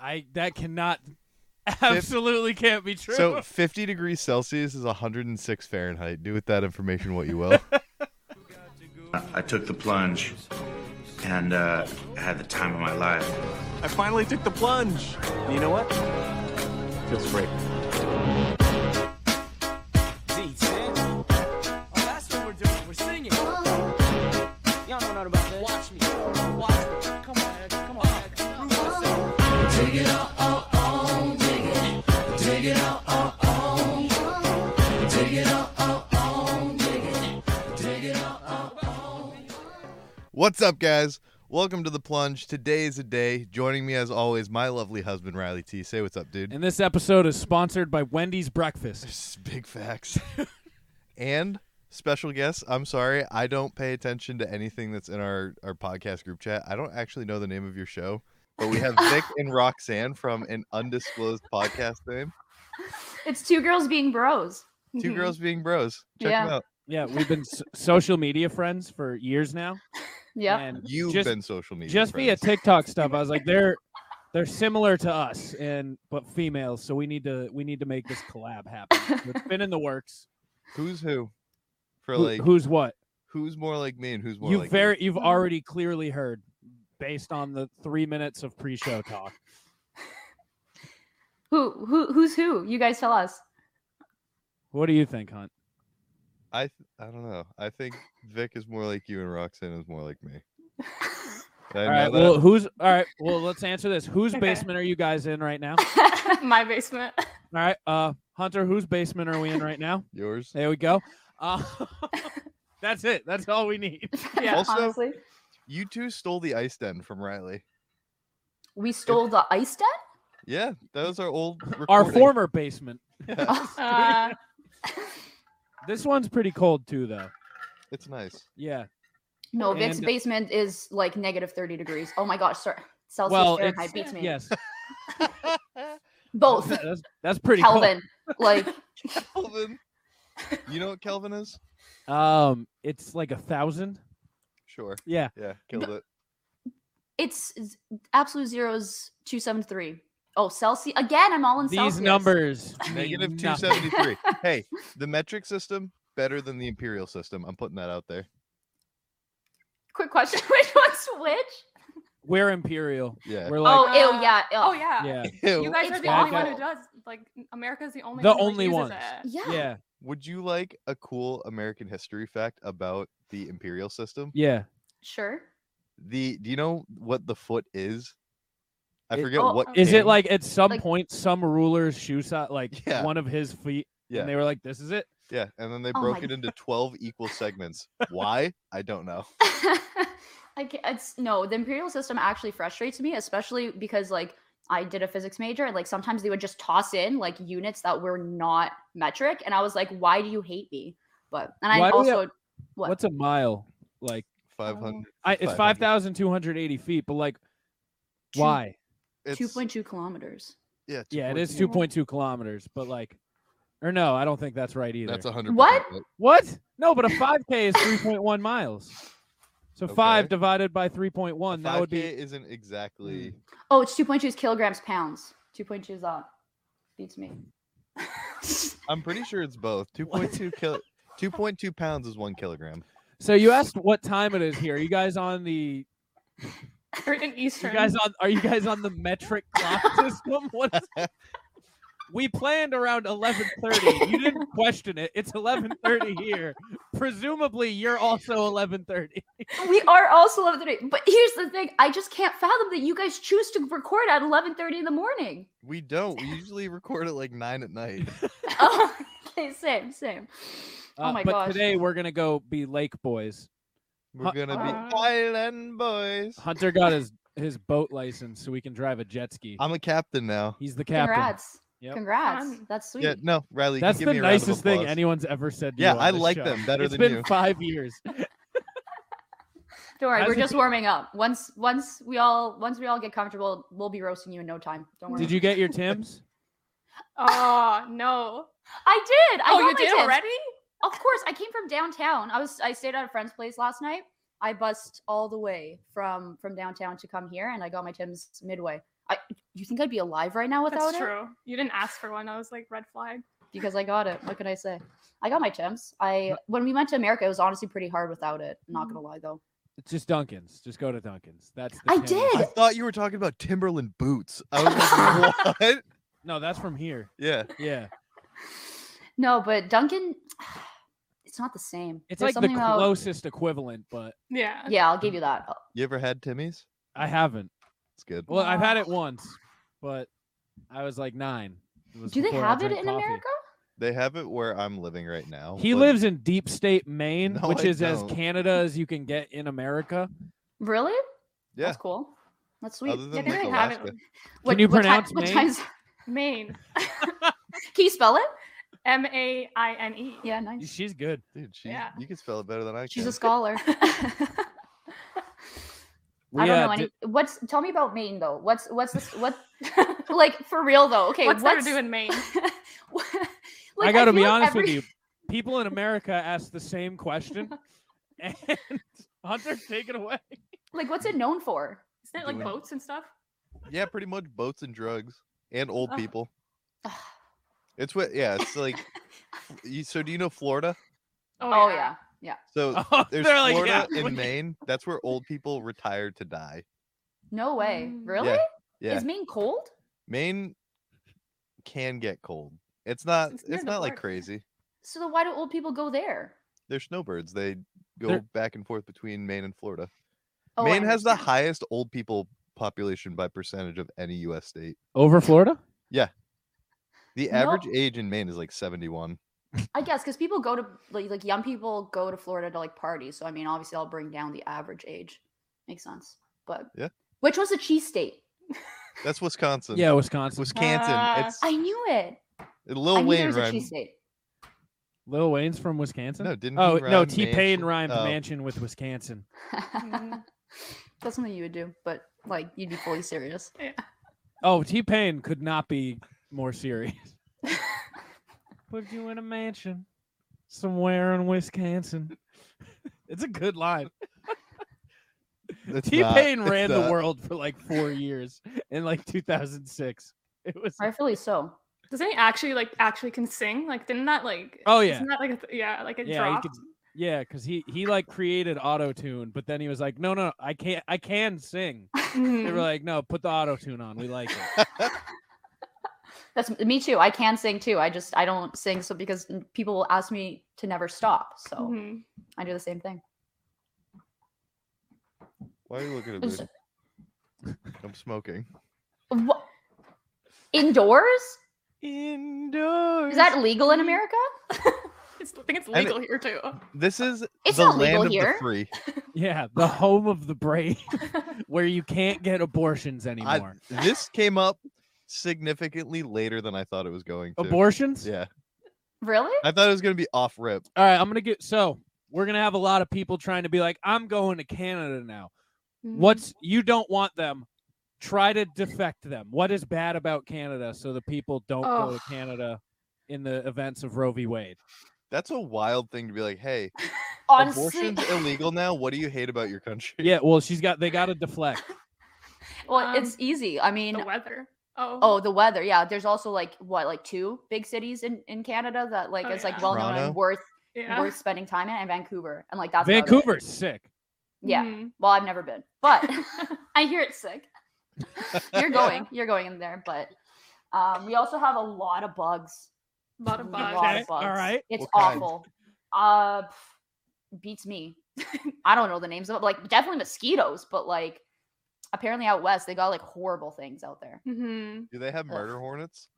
I that cannot absolutely can't be true. So 50 degrees Celsius is 106 Fahrenheit. Do with that information what you will. I took the plunge and uh, had the time of my life. I finally took the plunge. And you know what? Feels great. oh, What's up, guys? Welcome to the plunge. Today is a day. Joining me, as always, my lovely husband Riley T. Say what's up, dude. and this episode is sponsored by Wendy's Breakfast. It's big facts. and special guest. I'm sorry, I don't pay attention to anything that's in our our podcast group chat. I don't actually know the name of your show, but we have Vic and Roxanne from an undisclosed podcast name. It's two girls being bros. Two Mhm. girls being bros. Check 'em Yeah. out. Yeah, we've been s- social media friends for years now. Yep. and You've just, been social media. just via friends. TikTok stuff. I was like, they're they're similar to us and but females, so we need to we need to make this collab happen. So it's been in the works. Who's who? For Who- like who's what? who's more like me and who's more you like very you've Mhm. already clearly heard based on the three minutes of pre-show talk Who who who's who? You guys tell us. what do you think hunt I th- I don't know. I think Vic is more like you and Roxanne is more like me. I all know right that. well who's all right well let's answer this whose Okay. basement are you guys in right now all My basement. right uh hunter whose basement are we in right now Yours. there we go uh, that's it that's all we need Yeah. Also- Honestly, You two stole the ice den from Riley. we stole the ice den. Yeah, that was our old. our recording. former basement Uh, this one's pretty cold too though It's nice. yeah no, Vic's And- basement is like negative thirty degrees. Oh my gosh, sir. Celsius well Fahrenheit it's- beats me. yes Both. that's, that's pretty Kelvin. Like Kelvin. You know what Kelvin is? cold um it's like a thousand Sure. yeah Yeah, killed it. it's z- absolute zeros two seven three. Oh, Celsius again. I'm all in these Celsius. numbers mean Negative two nothing. seventy three. Hey, the metric system better than the imperial system. I'm putting that out there. Quick question: Which one's which? We're imperial. Yeah. We're like, oh, ew, Uh, yeah. ew. Oh yeah. yeah. Ew. You guys It's are the only bad one who guy. does. Like America's the only The one who only uses ones. it. Yeah. yeah, Would you like a cool American history fact about the imperial system? yeah, Sure. The do you know what the foot is? I It- forget Oh, what. Is it king. like at some Like- point some ruler's shoe size, like Yeah. one of his feet, Yeah. and they were like, "This is it." Yeah, and then they Oh broke my it into twelve equal segments. Why? I don't know. I can't, it's no, the imperial system actually frustrates me, especially because like I did a physics major, and like sometimes they would just toss in like units that were not metric, and I was like, why do you hate me? But and I Why do we have- also what? Oh. What's a mile? Like, Five hundred. I, it's 500. five thousand two hundred eighty feet, but like, Two- why? two point two kilometers? Yeah, Yeah, it 2.2. is two point two kilometers, but like, or no, I don't think that's right either. That's a hundred. What? percent what? No, but a five k is three point one miles. So five Okay. divided by three point right. one, A that would 5K be isn't exactly. Oh, it's two point two is kilograms pounds. Two point two is that beats me. I'm pretty sure it's both. Two point two kil. Two point two pounds is one kilogram. So you asked what time it is here. Are you guys on the Or in you Eastern. guys on are you guys on the metric clock system? What is We planned around 11:30. You didn't question it. It's 11:30 here. Presumably you're also 11:30. we are also eleven thirty, but here's the thing: I just can't fathom that you guys choose to record at eleven thirty in the morning. We don't. We usually record at like nine at night. oh, okay, same, same. Uh, oh my but gosh. today we're going to go be lake boys. We're gonna be Uh-huh. Uh. island boys. Hunter got his his boat license so we can drive a jet ski. I'm a captain now. He's the captain. Congrats. Yep. Congrats. Fun. That's sweet. Yeah, no, Riley. you That's give the me a round of nicest thing applause. anyone's ever said to Yeah, you. on I this like show. them better It's than been you. 5 years. Don't worry, As we're a just team- warming up. Once once we all once we all get comfortable, we'll be roasting you in no time. Don't worry. Did you get your Tim's? Oh no. I did. I oh, got you my did tips. already? Of course. I came from downtown. I was I stayed at a friend's place last night. I bussed all the way from from downtown to come here and I got my Tim's midway. I, you think I'd be alive right now without That's it? true. You didn't ask for one. I was like, red flag. Because I got it. What can I say? I got my chimps. I when we went to America, it was honestly pretty hard without it. Not Mm. gonna lie though. It's just Duncan's. Just go to Duncan's. That's the I Tim's. did! I thought you were talking about Timberland boots. I was like, what? No, that's from here. Yeah. Yeah, No, but Duncan, it's not the same. it's There's like the something about- closest equivalent, but Yeah. Yeah, I'll give you that. Uh, You ever had Timmy's? I haven't. It's good. Well, I've had it Wow. once, but I was like nine. It was Do they before I have it drank in coffee. America? They have it where I'm living right now. He but lives in deep state Maine, No, I which is as don't. Canada as you can get in America. Really? Yeah. That's cool. That's sweet. Other Yeah, than they like don't have it. Alaska. What- you what ti- pronounce what Maine? time's- Maine. Can you spell it? M A I N E. Yeah, nice. She's good. Dude, she, Yeah. you can spell it better than I She's can. a scholar. I We, don't uh, know any. did- What's tell me about Maine though? What's what's this, what like for real though? Okay, what's there to what's do in Maine? What- I like, got to feel be like honest with every- you. People in America ask the same question. and Hunter, take it away. Like, what's it known for? Isn't it like Doing- boats and stuff? yeah, pretty much boats and drugs and old Ugh. people. It's what, yeah, it's like. you, so, do you know Florida? Oh yeah, yeah. So, Oh, there's they're like, Florida yeah, in wait. Maine. That's where old people retire to die. No way. Mm. Really? Yeah. Is Maine cold? Maine can get cold. It's not. It's It's, near the not like border. crazy. So then why do old people go there? They're snowbirds. They go They're- back and forth between Maine and Florida. Oh, I Maine has the understand. highest old people population by percentage of any U.S. state. Over Florida? The No. average age in Maine is like 71. I guess because people go to like, like young people go to Florida to like party. So I mean, obviously, I'll bring down the average age. Makes sense. But Yeah. which was a cheese state? That's Wisconsin. Yeah, Wisconsin. Wisconsin. Ah. it's I knew it. I Lil knew there Wayne was a rhyme. cheese state. Lil Wayne's from Wisconsin? No, didn't. Oh he no, rhyme T Pain mansion- rhymed oh, mansion with Wisconsin. Mm. That's something you would do, but like you'd be fully serious. Oh, T Pain could not be more serious. Put you in a mansion somewhere in Wisconsin. it's a good line. it's T not- Pain it's ran the not. world for like four years in like 2006. It was Rightfully so. Doesn't he actually like actually can sing? Like didn't that like Oh, yeah. isn't that like a th- yeah like it Yeah, he dropped? could- yeah, because he he like created auto tune, but then he was like, no, no, I can't, I can sing. They Mhm. were like, no, put the auto tune on. We like it. That's m- me too. I can sing too. I just I don't sing so because n- people will ask me to never stop. So Mhm. I do the same thing. Why are you looking at It's- me? I'm smoking. Wha- Indoors? Indoors. Is that legal in America? It's, I think it's it- legal here too. This is It's the not land legal of here. the free. Yeah, the home of the brave, where you can't get abortions I- anymore. this came up significantly later than I thought it was going to. abortions? Yeah, Really? I thought it was going to be off rip. All right, I'm gonna get. So we're gonna have a lot of people trying to be like, I'm going to Canada now. Mm-hmm. What's you don't want them? Try to defect them. What is bad about Canada? So the people don't go Ugh. to Canada in the events of Roe v. Wade. That's a wild thing to be like, hey, Honestly, abortion's illegal now. What do you hate about your country? Yeah, well, she's got. They got to deflect. well, Um, it's easy. I mean, the weather? Oh oh, the weather. Yeah, there's also like what, like two big cities in in Canada that like Oh, is like yeah. well known Toronto? and worth yeah. worth spending time in, and Vancouver, and like that's about it. Vancouver's sick. Yeah. Mhm. Well, I've never been, but I hear it's sick. You're going. You're going in there, but um, we also have a lot of bugs. lot of We have bugs. A lot Okay, of bugs. alright. It's What kind? awful. Uh, pff, beats me. I don't know the names of it. Like definitely mosquitoes, but like apparently out west they got like horrible things out there. hmm Mm. Do they have murder hornets?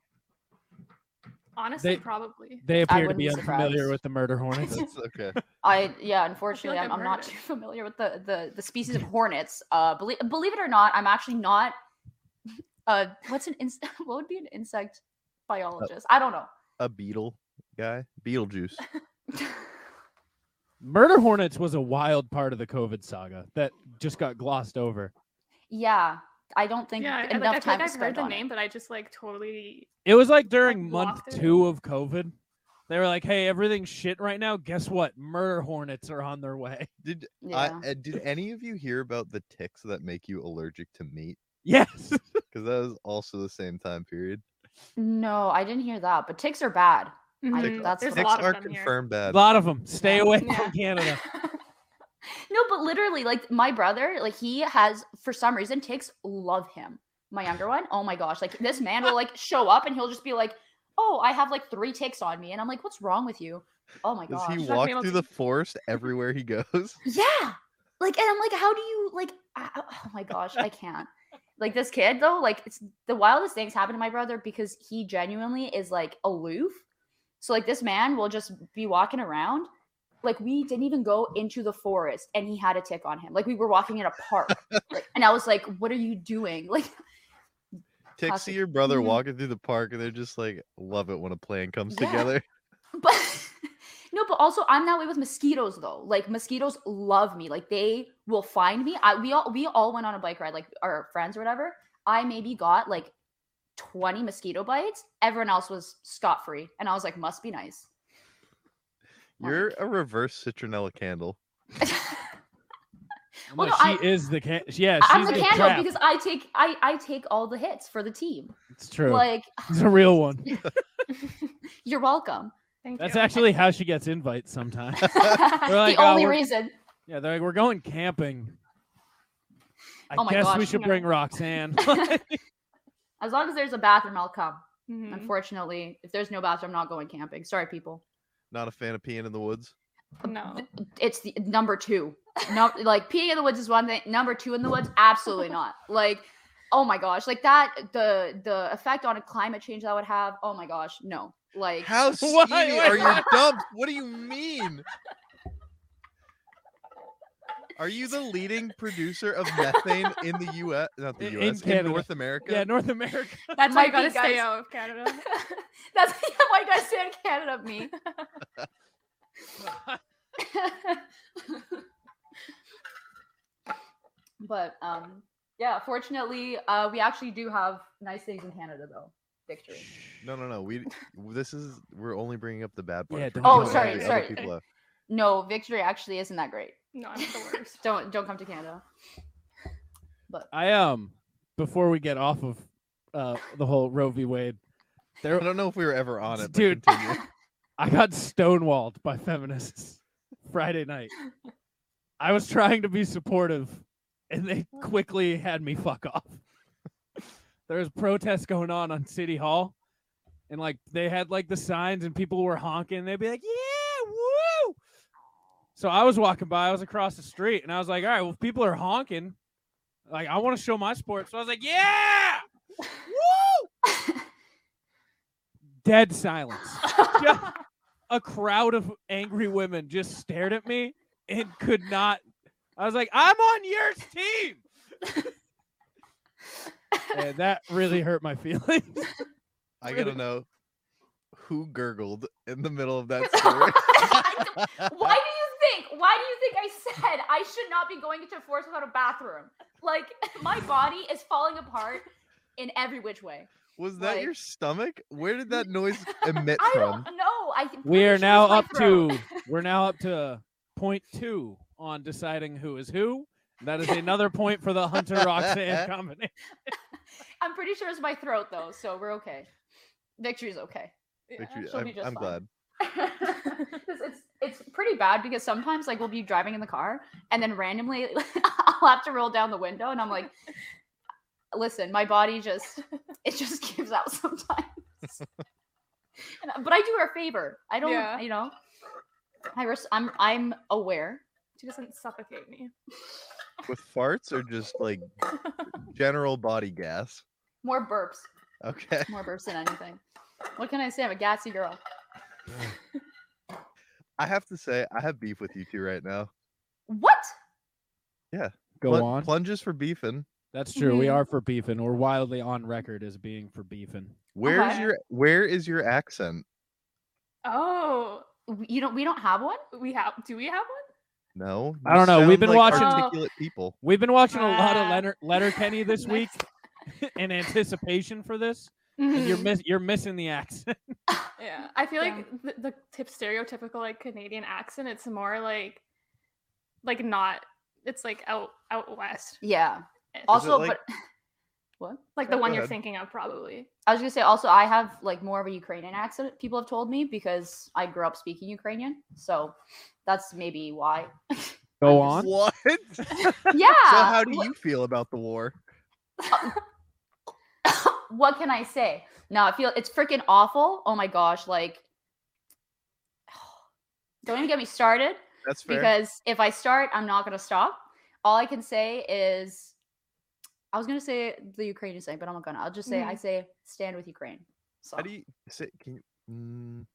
Honestly, They- probably. They appear to wouldn't be be unfamiliar surprised. with the murder hornets. That's okay. I yeah, unfortunately, like I'm, I've I'm not heard it. too familiar with the the, the species of hornets. Uh, believe believe it or not, I'm actually not. Uh, what's an ins- what would be an insect biologist? I don't know. A beetle guy, Beetlejuice. murder hornets was a wild part of the COVID saga that just got glossed over. yeah, I don't think Yeah, I- I, enough like, I feel time like was I've heard spent the on name, it. but I just like totally. It was like during month blocked it. two of COVID. They were like, "Hey, everything's shit right now. Guess what? Murder hornets are on their way." eh, Did Yeah. I, uh, did any of you hear about the ticks that make you allergic to meat? Yes. because that was also the same time period. No, I didn't hear that. But ticks are bad. Mhm, that's There's a what- Ticks lot are of them here. confirmed A bad. lot of them. Stay Yeah. away Yeah. from Canada. No, but literally, like my brother, like he has for some reason ticks love him. My younger one, oh my gosh, like this man will like show up and he'll just be like, "Oh, I have like three ticks on me," and I'm like, "What's wrong with you?" Oh my Does gosh, he Shock me walk about through the forest everywhere he goes? yeah, like, and I'm like, "How do you like?" I, I- oh my gosh, I can't. Like this kid though, like it's the wildest things happen to my brother because he genuinely is like aloof. So like this man will just be walking around. Like we didn't even go into the forest and he had a tick on him. Like we were walking in a park. like, and I was like, what are you doing? Like Ticks see Classic. your brother Mhm. walking through the park, and they're just like, love it when a plan comes Yeah. together. but no, but also I'm that way with mosquitoes though. Like mosquitoes love me. Like they will find me. I we all we all went on a bike ride, like our friends or whatever. I maybe got like 20 mosquito bites. Everyone else was scot free. And I was like, must be nice. You're a reverse citronella candle. No, Well, no, I- Oh she is the can. Yeah, she's I'm the candle trap. because I take I I take all the hits for the team. it's true. Like it's a real one. you're welcome. Thank That's you. actually how she gets invites sometimes. like, the "Uh, only we're- reason. yeah, they're like, we're going camping. I Oh my guess we gosh, should no. bring Roxanne. As long as there's a bathroom, I'll come. Mhm. Unfortunately, if there's no bathroom, I'm not going camping. Sorry, people. Not a fan of peeing in the woods. No. It's the number two. No, like peeing in the woods is one thing. Number two in the woods, absolutely not. Like, oh my gosh, like that the the effect on a climate change that would have. Oh my gosh, no. Like, How steamy Why- why- are your dumps? What do you mean? Are you the leading producer of methane in the U.S. Not the In- in U.S. In, Canada. North America. yeah, North America. That's why Might you gotta be, stay guys. out of Canada. that's why you guys stand Canada of me. but um yeah fortunately uh we actually do have nice things in canada though victory No, no, no. We this is we're only bringing up the bad part. Yeah, for don't Oh, people. sorry, Other sorry. people have- no victory actually isn't that great no, I'm the worst. don't don't come to canada but I um, before we get off of uh the whole Roe v. Wade, I there don't know if we were ever on it, but Dude. continue. I got stonewalled by feminists Friday night. I was trying to be supportive, and they quickly had me fuck off. there was protests going on on City Hall, and like they had like the signs, and people were honking. They'd be like, "Yeah, woo!" So I was walking by. I was across the street, and I was like, "All right, well, if people are honking. Like, I want to show my support." So I was like, "Yeah, woo!" Dead silence just a crowd of angry women just stared at me and could not. I was like, I'm on your team. and that really hurt my feelings. I gotta Really? know who gurgled in the middle of that story. why do you think why do you think i said i should not be going into a forest without a bathroom like my body is falling apart in every which way Was that your Like- stomach? Where did that noise emit i from? don't know i th- We pretty are sure now it's my up throat. to we're now up to point two on deciding who is who. That is another point for the Hunter Roxanne combination. i'm pretty sure it's my throat though so we're okay victory's okay Yeah. Victory- she'll be I'm, just I'm fine. glad. it's, it's it's pretty bad because sometimes like we'll be driving in the car and then randomly I'll have to roll down the window and I'm like, listen, my body just it just gives out sometimes. And I- but I do her a favor. I don't, Yeah. you know. I res- I'm I'm aware. She doesn't suffocate me. With farts or just like general body gas. More burps, Okay. more burps than anything. What can I say? I'm a gassy girl. I have to say, I have beef with you two right now. What? Go Plun- on. Plunges for beefing. That's true. We Mhm. Mm-hmm. are for beefing. We're wildly on record as being for beefing. Where's Okay. your Where is your accent? Oh, W- You don't we don't have one? we have. Do we have No, I you don't know. We've sound been like watching- Oh. articulate people. We've been watching a lot of Ah. Leonard Letterkenny this week in anticipation for this. one? Mm-hmm. and you're Mhm. miss you're missing the accent. Yeah, I feel Mm, Yeah. like the, the tip stereotypical like Canadian accent. It's more like, like not. It's like out out west. Yeah. Is it Also, like- but What? Like the Sorry. one Go you're ahead. thinking of, probably. I was gonna say also I have like more of a Ukrainian accent, people have told me, because I grew up speaking Ukrainian. So that's maybe why. Go on. What? So yeah. how do wh- you feel about the war? what can I say? No, I feel it's freaking awful. Oh my gosh, like don't even get me started That's fair. because if I start, I'm not gonna stop. All I can say is I was gonna say the Ukrainian saying, but I'm not gonna. I'll just say Mm-hmm. I say stand with Ukraine. So how do you say? Can you? Mm,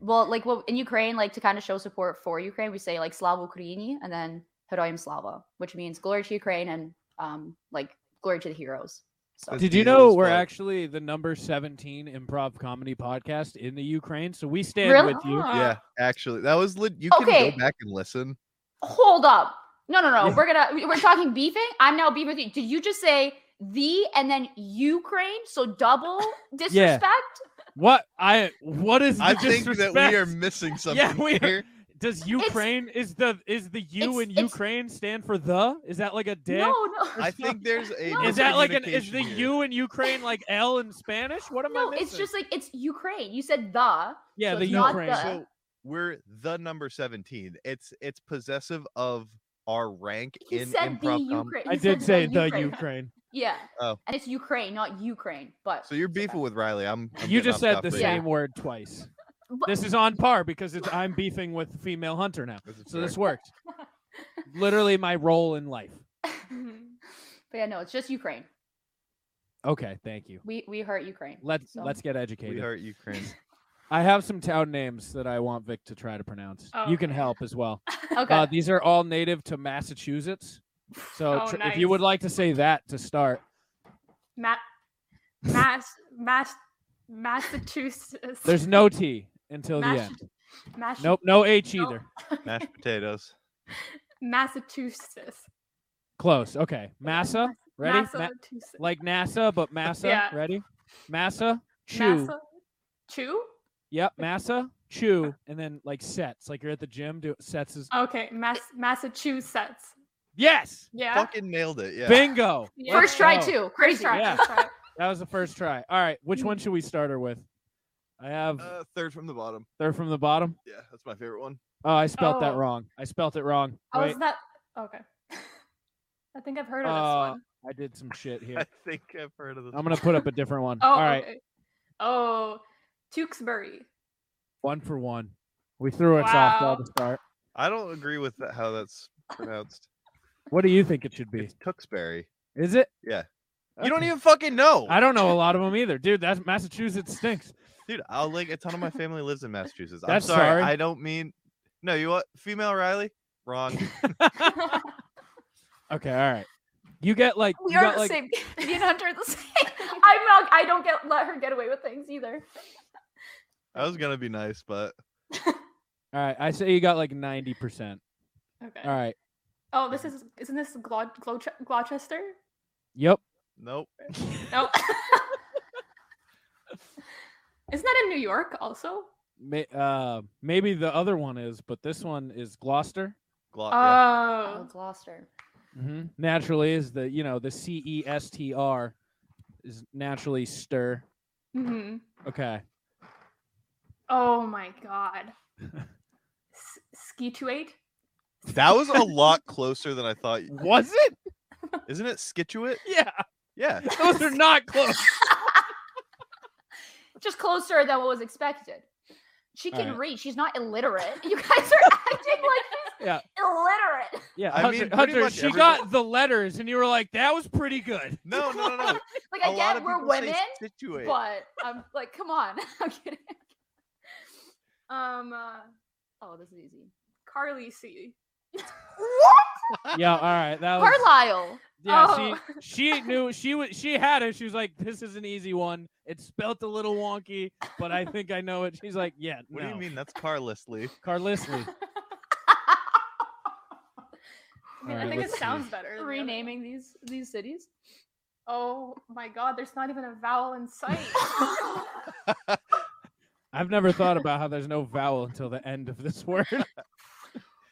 well, like well in Ukraine, like to kind of show support for Ukraine, we say like Slava Ukraini and then Heroyam Slava, which means glory to Ukraine and um like glory to the heroes. So That's Did you diesel know as we're fuck. actually the number 17 improv comedy podcast in the Ukraine? So we stand Really? with you. Ah. yeah, actually, that was lit. You can Okay. go back and listen. hold up. No, no, no. Yeah. We're gonna we- we're talking beefing. I'm now beefing with you. Did you just say the and then Ukraine? So double disrespect? What I what is the I think that we are disrespect? missing something Yeah, we are- here. Does Ukraine is the is the U it's- in it's- Ukraine stand for the? Is that like a dick? No, no. I think there's a. No. is that like an is miscommunication the here. U in Ukraine like L in Spanish? What am No, I missing? it's just like it's Ukraine. You said the. yeah, so the it's not Ukraine. the- So we're the number seventeen. It's it's possessive of our rank He in said the improv. com- Ukraine. I he did said say the Ukraine. Yeah. Oh. And it's Ukraine, not Ukraine. But So you're beefing with Riley. I'm. I'm You getting just off said the topic. same Yeah. word twice. But- This is on par because it's I'm beefing with female hunter now. This is So this fair. works. Literally my role in life. Mm-hmm. Mhm. but yeah, no, it's just Ukraine. Okay, thank you. We we hurt Ukraine. Let's so. let's get we educated. hurt Ukraine. I have some town names that I want Vic to try to pronounce. You can Oh, Okay. help as well. Okay. Uh, these are all native to Massachusetts. So Oh, tr- if you would nice. like to say that to start, Ma- Mass, Mass, Massachusetts. there's no T until the Mash- end. Mash- Nope, no H Nope. either. Mashed potatoes. Massachusetts. Close. Okay. Massa, ready? Ma- Massachusetts. like NASA, but Massa, Yeah. ready? Massa, chew. Massa- Chew? Yep, Massa, chew, and then like sets. Like you're at the gym, do sets is Okay, Mass, Massachusetts. yes, Yeah. Fucking nailed it. Yeah. bingo. Yeah. First try go. too. First Crazy. try. Yeah. First try. That was the first try. All right, which one should we start her with? I have Uh, third from the bottom. third from the bottom. Yeah, that's my favorite one. Oh, I spelt that Oh. wrong. I spelt it wrong. Oh, Wait, is that okay? I think I've heard of Uh, this one. I did some shit here. I think I've heard of this. I'm gonna put up a different one. Oh, um, All right, okay. Oh, Tewksbury. one for one. We threw a softball Wow. to start. I don't agree with that, how that's pronounced. What do you think it should be? It's Tewksbury. Is it? Yeah. You don't Okay. even fucking know. I don't know a lot of them either, dude. That's Massachusetts stinks. Dude, I'll like a ton of my family lives in Massachusetts. I'm That's sorry, sorry. I don't mean no, you what? Female Riley? Wrong. Okay, all right. You get like We you are got, the like same. Me and Hunter are the same. I'm not I don't get let her get away with things either. I was gonna be nice, but all right. I say you got like ninety percent. Okay. All right. Oh, this is isn't this Glo- Glo- Gloucester? Yep. nope. No. isn't that in New York also? May, uh, maybe the other one is, but this one is Gloucester. Glo- yeah. Oh, Oh, Gloucester. Mm-hmm. Naturally, is the you know the C E S T R is naturally stir. mhm. Okay. oh my God. S- ski to eight. That was a lot closer than I thought. y- Was it? Isn't it Skituate? Yeah. Yeah. Those are not close. Just closer than what was expected. She All can right. read. She's not illiterate. You guys are acting like she's Yeah. illiterate. Yeah. I Hunter, mean, pretty Hunter, much she everyone- got the letters, and you were like, "That was pretty good." No, no, no, no. Like A I lot get of we're people say women, Situate. but I'm like, come on. I'm kidding. Um, uh, Oh, this is easy. Carly C. What? Yeah. All right. That was. Carlisle. Yeah. Oh. She she knew she was she had it. She was like, "This is an easy one. It's spelt a little wonky, but I think I know it." She's like, "Yeah." What do no. you mean that's Carlessly? Carlisle. I mean, Alright, I think it let's see. sounds better. than the other one. Renaming these these cities. Oh my God! There's not even a vowel in sight. I've never thought about how there's no vowel until the end of this word.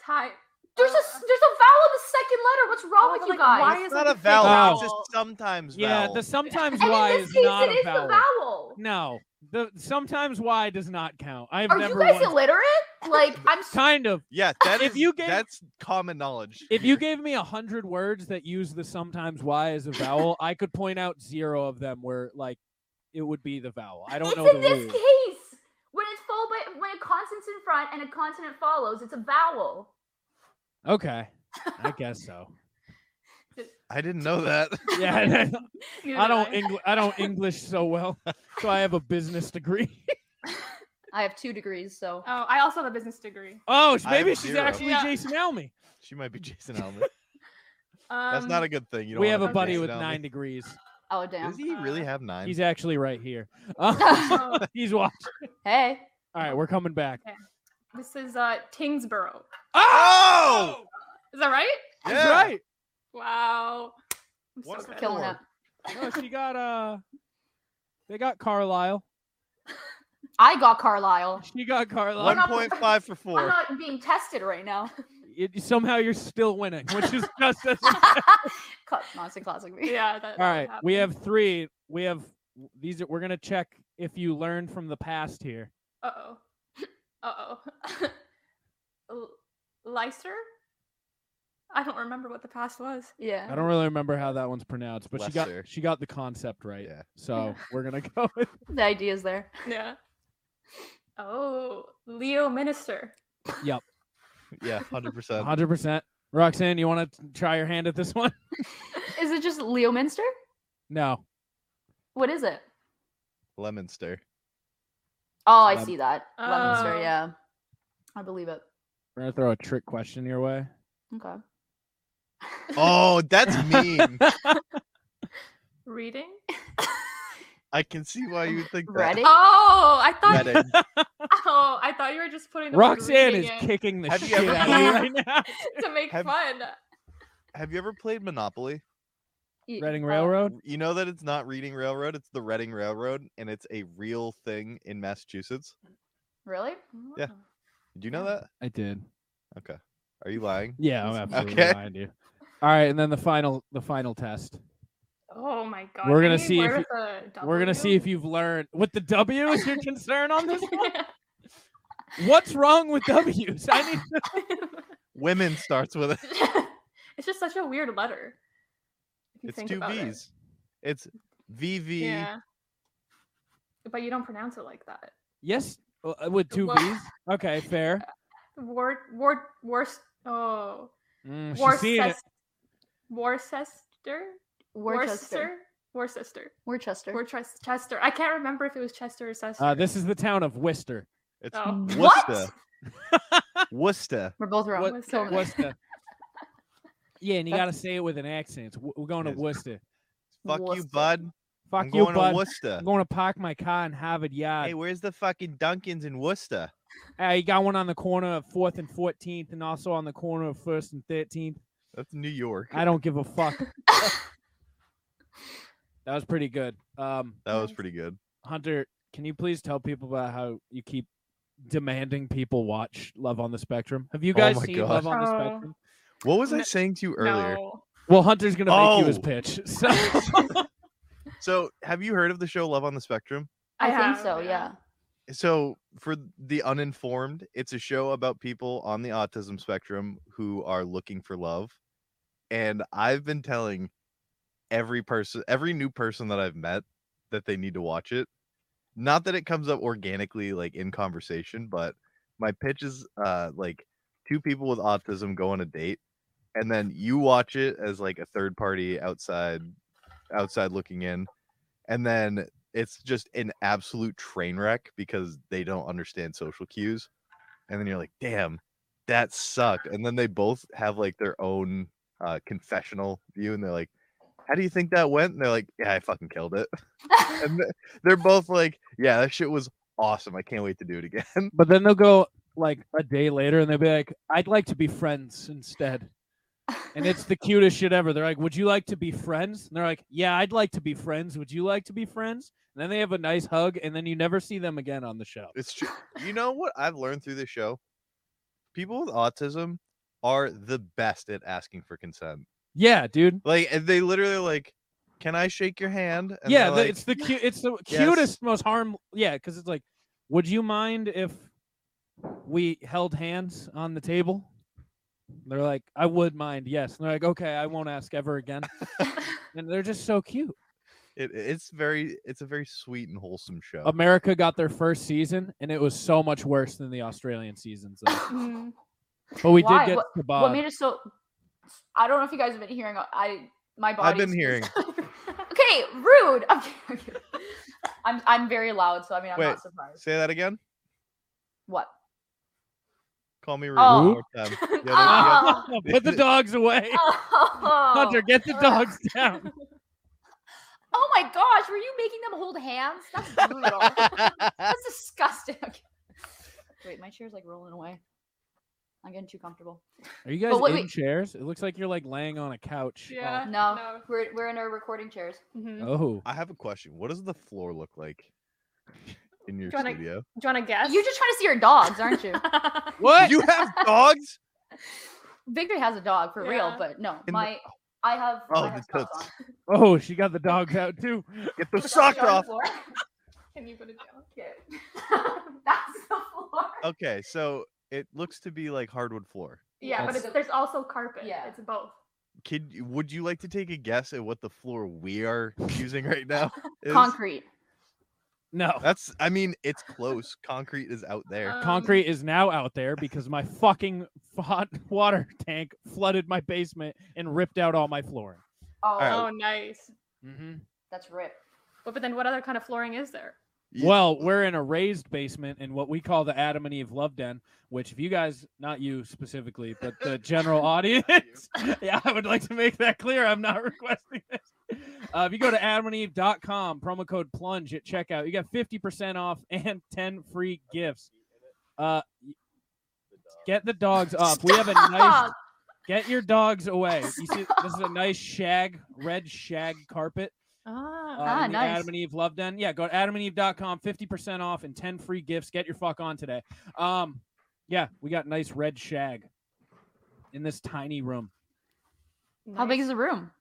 Time. There's a Uh, s- there's a vowel in the second letter. What's wrong with you guys? Why It's is not it a vowel. It's vowel? just sometimes Oh. yeah, vowel. the sometimes and why in this is case, not it a is vowel. the vowel. No, the sometimes why does not count. I've Are never you guys once- illiterate? Like I'm. s- kind of. yeah, that If is- you gave- that's common knowledge. If you gave me a hundred words that use the sometimes why as a vowel, I could point out zero of them where like it would be the vowel. I don't it's know the in this rule. case when it's followed by when a consonant's in front and a consonant follows. It's a vowel. Okay, I guess so. I didn't know that. Yeah, Neither I did don't Engl- I don't English so well, so I have a business degree. I have two degrees, so Oh, I also have a business degree. Oh, sh- I have maybe she's zero. actually Yeah. Jason Almy. She might be Jason Elman. Um, That's not a good thing. You don't We wanna have a be buddy Jason with Elman. nine degrees. oh damn. Does he really have nine? He's actually right here. Uh, he's watching. Hey, All right, we're coming back. This is uh Tingsboro. oh, Is that right? That's Yeah. right. Wow. I'm What so is good. that killing Four. it. No, she got uh they got Carlisle. I got Carlisle. She got Carlisle. one not- point five for I'm four. not being tested right now. It- somehow you're still winning, which is just as Cut, Monster classic me. Yeah. That, All right, we have 3. We have these are we're going to check if you learn from the past here. Uh oh. Uh oh. Lyster. I don't remember what the past was. I Yeah. don't really remember how that one's pronounced, but she Lesser. got she got the concept right. Yeah. So, we're going to go with The idea's there. Yeah. Oh, Leo Minister. Yeah, hundred percent. 100%. Roxanne, you want to try your hand at this one? Is it just Leo Minster? No. What is it? Lemonster. Oh, I Um, see that. Leominster, Oh. yeah. I believe it. We're going to throw a trick question your way. Okay. Oh, that's mean. Reading? I can see why you would think that. Ready? Oh, I thought. Reading. Oh, I thought you were just putting. The word Roxanne reading is in kicking the Have you shit ever out of you right now. to make have- fun. Have you ever played Monopoly? Y- Reading uh, Railroad? You know that it's not Reading Railroad, it's the Reading Railroad, and it's a real thing in Massachusetts. Really? Yeah. Uh-huh. Did you know that? I did. Okay. Are you lying? Yeah, I'm absolutely Okay. behind you. All right, and then the final the final test. Oh my god. We're gonna any see if word you- with a We're gonna see W? if you've learned what the W is your concern on this one. What's wrong with W's? I need to- Women starts with it. it's just such a weird letter. if you It's think two about it. V's. It's VV. Yeah. But you don't pronounce it like that. yes uh, uh, with two Well- B's. Okay, fair. Ward, Ward, Worst. Oh. Mm, she's seeing it. Worcester. Worcester. Worcester. Worcester. Worcester. Or Chester. Chester. I can't remember if it was Chester or Chester. Uh, this is the town of Worcester. It's Oh. Worcester. Worcester. We're both wrong. What- Worcester. Killing it. Worcester. Yeah, and you That's- gotta say it with an accent. It's Wo- We're going to Yes. Worcester. Fuck you, Worcester. bud. Fuck I'm you, going to bud. Worcester. I'm going to park my car in Harvard Yard. Hey, where's the fucking Dunkins in Worcester? Hey, you got one on the corner of Fourth and Fourteenth, and also on the corner of First and Thirteenth. That's New York. I don't give a fuck. that was pretty good. Um, That was Nice. pretty good. Hunter, can you please tell people about how you keep demanding people watch Love on the Spectrum? Have you Oh guys my seen God. Love on the Oh. Spectrum? What was I No- saying to you earlier? No. Well, Hunter's gonna make you his Oh. pitch. So So, have you heard of the show Love on the Spectrum? I, I think have, so, yeah. yeah. So, for the uninformed, it's a show about people on the autism spectrum who are looking for love. And I've been telling every person, every new person that I've met, that they need to watch it. Not that it comes up organically, like in conversation, but my pitch is uh, like two people with autism go on a date, and then you watch it as like a third party outside, outside looking in, and then it's just an absolute train wreck because they don't understand social cues. And then you're like, damn, that sucked. And then they both have like their own uh, confessional view and they're like, how do you think that went? And they're like, yeah, I fucking killed it. and th- they're both like, yeah, that shit was awesome. I can't wait to do it again. but then they'll go like a day later and they'll be like, I'd like to be friends instead. And it's the cutest shit ever. They're like, Would you like to be friends? And they're like, Yeah, I'd like to be friends. Would you like to be friends? And then they have a nice hug, and then you never see them again on the show. It's true. You know what I've learned through this show? People with autism are the best at asking for consent. Yeah, dude. Like and they literally are like, "Can I shake your hand?" And they're yeah, the, like, it's the cute. It's the Yes. cutest, most harm. Yeah, because it's like, would you mind if we held hands on the table? They're like, I would mind. Yes. And they're like, okay, I won't ask ever again. and they're just so cute. it, it's very it's a very sweet and wholesome show. America got their first season, and it was so much worse than the Australian seasons. though. Mm. But we Why? did get What kebab. made it so? I don't know if you guys have been hearing. I my body. I've been hearing. okay, rude. I'm, kidding, I'm kidding. I'm I'm very loud, so I mean I'm Wait. not surprised. Say that again. What? Call me rude Oh. one more time. You gotta- you gotta- Ah. Put the dogs away, Hunter. Oh. Get the dogs down. Oh my gosh, were you making them hold hands? That's brutal. That's disgusting. Okay. Wait, my chair's like rolling away. I'm getting too comfortable. Are you guys But wait, in wait. chairs? It looks like you're like laying on a couch. Yeah. No, No. we're we're in our recording chairs. Mm-hmm. Mhm. Oh, oh. I have a question. What does the floor look like in your Do you wanna- studio? Do you want to guess? You're just trying to see your dogs, aren't you? What? You have dogs? Victor has a dog for real, Yeah. but no, the- my I have. Oh, I the have socks tits. on. Oh, she got the dogs out too. Get the Is that socks on the off. floor? Can you put it down? Okay. That's the floor. Okay, so it looks to be like hardwood floor. Yeah, but That's- it's, there's also carpet. Yeah. It's both. Could you- would you like to take a guess at what the floor we are using right now? is? Concrete. No. That's I mean, it's close. Concrete is out there. Um, Concrete is now out there because my fucking hot water tank flooded my basement and ripped out all my flooring. Oh, right. Oh, nice. Mm-hmm. that's rip. But, but then what other kind of flooring is there? Y- Well, we're in a raised basement in what we call the Adam and Eve Love Den, which, if you guys, not you specifically, but the general audience, yeah, I would like to make that clear. I'm not requesting this. Uh, if you go to adamandeve.com, promo code plunge at checkout, you got 50% off and 10 free gifts. Uh, y- get the dogs up. We have a nice Stop! Get your dogs away. You see, this is a nice shag, red shag carpet. Uh, Ah. Ah, in the nice. Adam and Eve Love Den. Yeah, go to adamandeve.com, 50% off and 10 free gifts. Get your fuck on today. Um, yeah, we got nice red shag in this tiny room. How big is the room?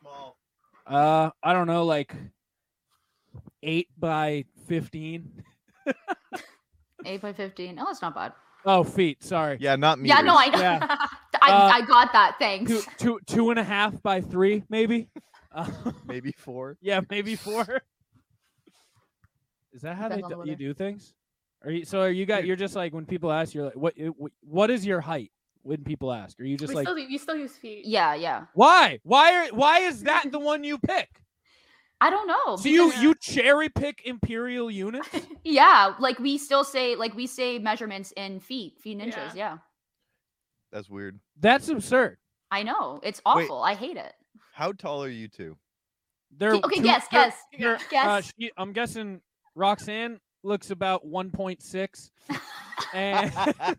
small. Uh, I don't know, like eight by 15. Eight by fifteen. Oh, that's not bad. Oh, feet. Sorry. Yeah, not me. Yeah, no, I know. Yeah. I, Uh, I got that. Thanks. Two, two, two and a half by three, maybe. Uh, maybe four. Yeah, maybe four. Is that how they Depends on do, the you do weather. things? Are you so? Are you got? You're just like when people ask, you're like, what? it- wh- What is your height? When people ask, are you just we like, still, you still use feet. yeah, yeah. why? Why are? Why is that the one you pick? I don't know. So you because- you cherry pick imperial units? Yeah, like we still say, like we say measurements in feet, feet and inches. Yeah, That's weird. That's absurd. I know. It's Wait. awful. I hate it. How tall are you two? They're okay, two- guess, they're- guess, they're, Uh, guess. she, I'm guessing Roxanne looks about 1.6, and and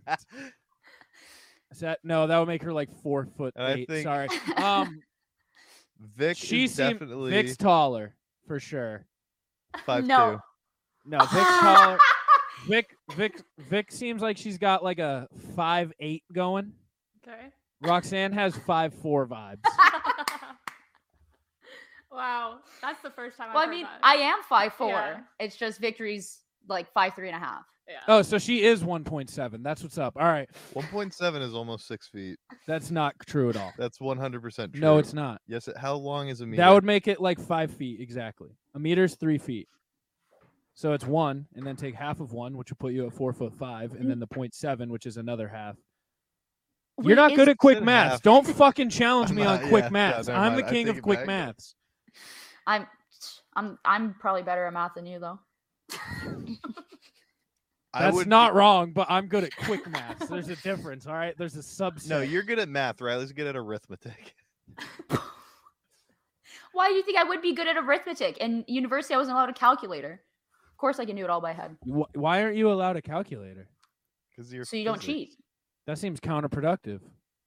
is that no, that would make her like four foot I eight. think- Sorry. Um, Vic she is seemed definitely Vic's taller for sure. five No. No, Vic's taller. Vic Vic Vic seems like she's got like a five eight going. Okay. Roxanne has five four vibes. wow. That's the first time I've well, I heard mean, that. I am five four. Yeah. It's just victories like five three and a half. Yeah. Oh, so she is one point seven. That's what's up. All right, One point seven is almost six feet. that's not true at all. That's one hundred percent true. No, it's not. yes. It, how long is a meter? That would make it like five feet exactly. A meter's three feet. So it's one, and then take half of one, which will put you at four foot five, and then the point seven, which is another half. You're Wait, not is- good at quick Seven maths. half. Don't fucking challenge I'm me not- on quick yeah, yeah, maths. never I'm the mind. I king take of it quick back. maths. I'm, I'm, I'm probably better at math than you though. I That's would- not wrong, but I'm good at quick maths. There's a difference, all right? There's a subset. No, you're good at math. Riley's good at arithmetic. Why do you think I would be good at arithmetic? In university, I wasn't allowed a calculator. Of course, I can do it all by head. Wh- Why aren't you allowed a calculator? Because you're So you don't physics. cheat. That seems counterproductive.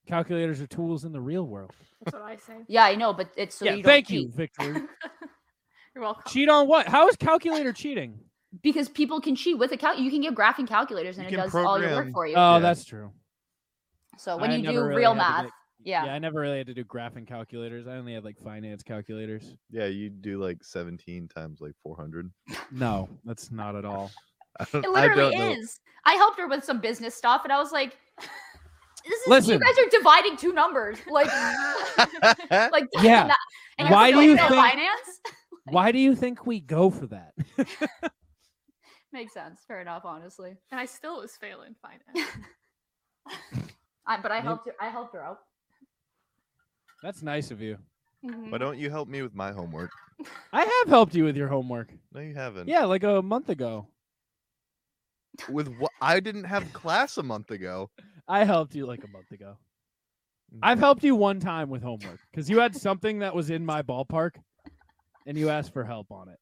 Calculators are tools in the real world. That's what I say. Yeah, I know, but it's so yeah, you don't thank cheat you, Victor. You're welcome. cheat on what? How is calculator cheating? because people can cheat with a cal. You can get graphing calculators and You it can does all your work program- for you. Oh, Yeah. that's true. So when I you do never really had real to math, make- yeah. I never really had to do graphing calculators. I only had like finance calculators. Yeah, you do like 17 times like 400. No, that's not at all. I don't, it I don't literally know. is. I helped her with some business stuff, and I was like, "This is you Listen. guys are dividing two numbers, like, like that's Yeah. not- and you're Why do doing you no think- finance Why do you think we go for that? makes sense? Fair enough, honestly. And I still was failing finance. I, but I Yep. helped. Her, I helped her out. That's nice of you. Mm-hmm. Why don't you help me with my homework? I have helped you with your homework. No, you haven't. Yeah, like a month ago. With what? I didn't have class a month ago. I helped you like a month ago. I've helped you one time with homework because you had something that was in my ballpark and you asked for help on it.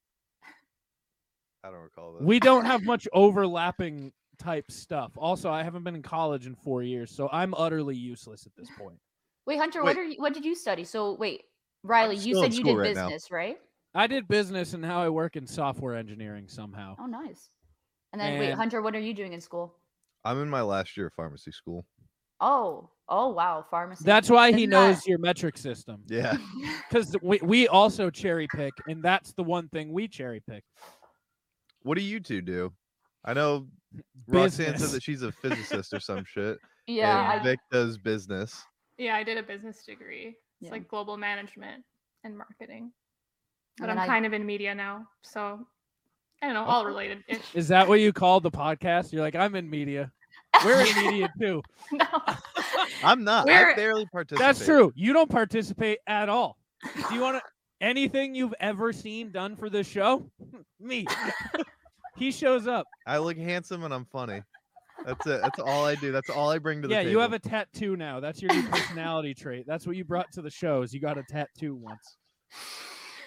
I don't recall that. We don't have much overlapping type stuff. Also, I haven't been in college in four years, so I'm utterly useless at this point. Wait, Hunter, Wait. what are you, what did you study? So wait, Riley, you still in said you school did right now. business, right? I did business and now I work in software engineering somehow. Oh, nice. And then wait, And- Hunter, what are you doing in school? I'm in my last year of pharmacy school. Oh, oh wow, pharmacy. That's why he Isn't that- knows your metric system. Yeah. Because we, we also cherry pick, and that's the one thing we cherry pick. What do you two do? I know Roxanne said Business. that she's a physicist or some shit. yeah. And I, Vic does business. yeah, I did a business degree. It's Yeah. like global management and marketing. But and then I'm I- Oh. kind of in media now, so I don't know, all related ish. Is that what you call the podcast? You're like, I'm in media. We're in media too. no. I'm not. I We're- barely participate. That's true. You don't participate at all. Do you want to, anything you've ever seen done for this show? Me. he shows up. I look handsome and I'm funny. That's it. That's all I do. That's all I bring to the Yeah, table. you have a tattoo now. That's your new personality trait. That's what you brought to the shows. You got a tattoo once.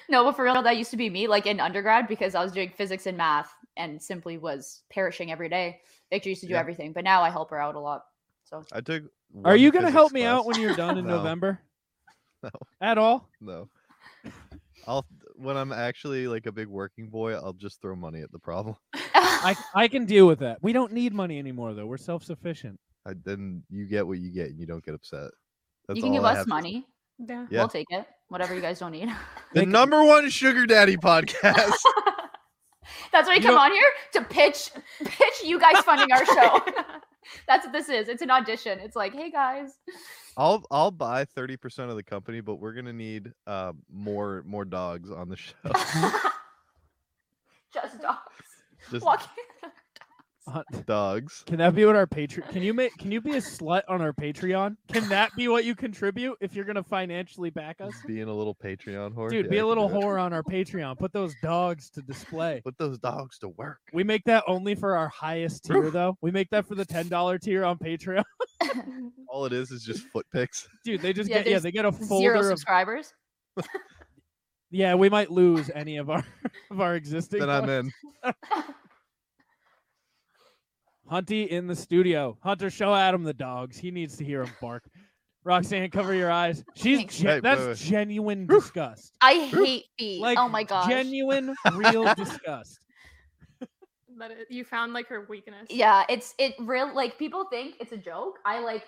No, but for real, that used to be me, like in undergrad, because I was doing physics and math and simply was perishing every day. Victor used to do Yeah. everything, but now I help her out a lot. So I took. Are one you going to physics help me out class. when you're done in No. November? No. At all? No. I'll when I'm actually like a big working boy, I'll just throw money at the problem. I, I can deal with that. We don't need money anymore, though. We're self sufficient. I, then you get what you get, and you don't get upset. That's you can give all I us have to- money. Yeah. Yeah. We'll take it. Whatever you guys don't need. The Thank- number one sugar daddy podcast. That's why we You come know- on here to pitch pitch you guys funding our show. That's what this is. It's an audition. It's like, hey guys. I'll I'll buy thirty percent of the company, but we're gonna need uh, more more dogs on the show. Just dogs. Just Walking. Uh, dogs. Can that be what our Patreon? Can you make? Can you be a slut on our Patreon? Can that be what you contribute if you're gonna financially back us? Being a little Patreon whore. Dude, Yeah, be I a can little do it. whore on our Patreon. Put those dogs to display. Put those dogs to work. We make that only for our highest tier, though. We make that for the ten dollar tier on Patreon. All it is is just foot pics. Dude, they just Yeah, get yeah, there's they get a Zero folder of subscribers. yeah. We might lose any of our of our existing. then I'm in. Hunty in the studio. Hunter, show Adam the dogs. He needs to hear him bark. Roxanne, cover your eyes. She's Thanks. gen- Hey, wait, that's wait. genuine disgust. I hate feet. Like oh my gosh. genuine, real disgust. But it, you found like her weakness. Yeah, it's it real like people think it's a joke. I like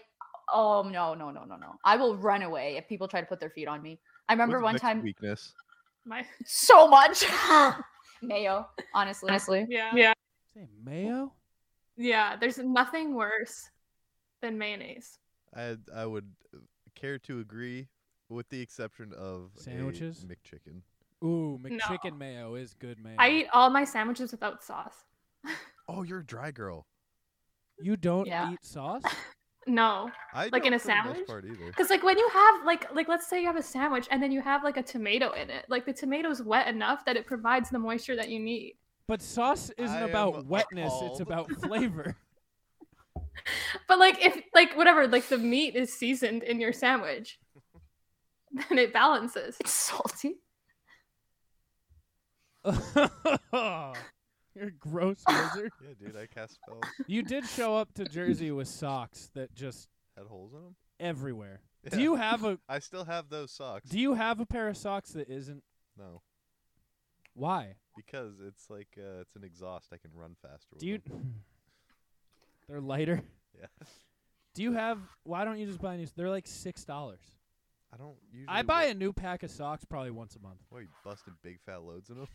oh no, no, no, no, no. I will run away if people try to put their feet on me. I remember What's one Vic's time Weakness. My so much mayo, honestly. Honestly. yeah. Yeah. Say mayo? Yeah. There's nothing worse than mayonnaise. I I would uh, care to agree, with the exception of a Sandwiches? McChicken. Ooh, No. McChicken mayo is good mayo. I eat all my sandwiches without sauce. Oh, you're a dry girl. you don't Yeah. eat sauce? No. I Like don't in a for the most sandwich? part either. Because like when you have like like let's say you have a sandwich and then you have like a tomato in it, like the tomato's wet enough that it provides the moisture that you need. But sauce isn't I about am wetness, it's appalled. about flavor. But like if like whatever, like the meat is seasoned in your sandwich, then it balances. It's salty. You're a gross wizard. Yeah, dude, I cast spells Oh, You did show up to Jersey with socks that just had holes in them. everywhere. Do Yeah. you have a I still have those socks. do you have a pair of socks that isn't no, why? because it's like uh, it's an exhaust. I can run faster. With Do you them. They're lighter? Yeah. Do you have? Why don't you just buy new? They're like six dollars. I don't usually. I buy it. a new pack of socks probably once a month. What are you busting big fat loads in them?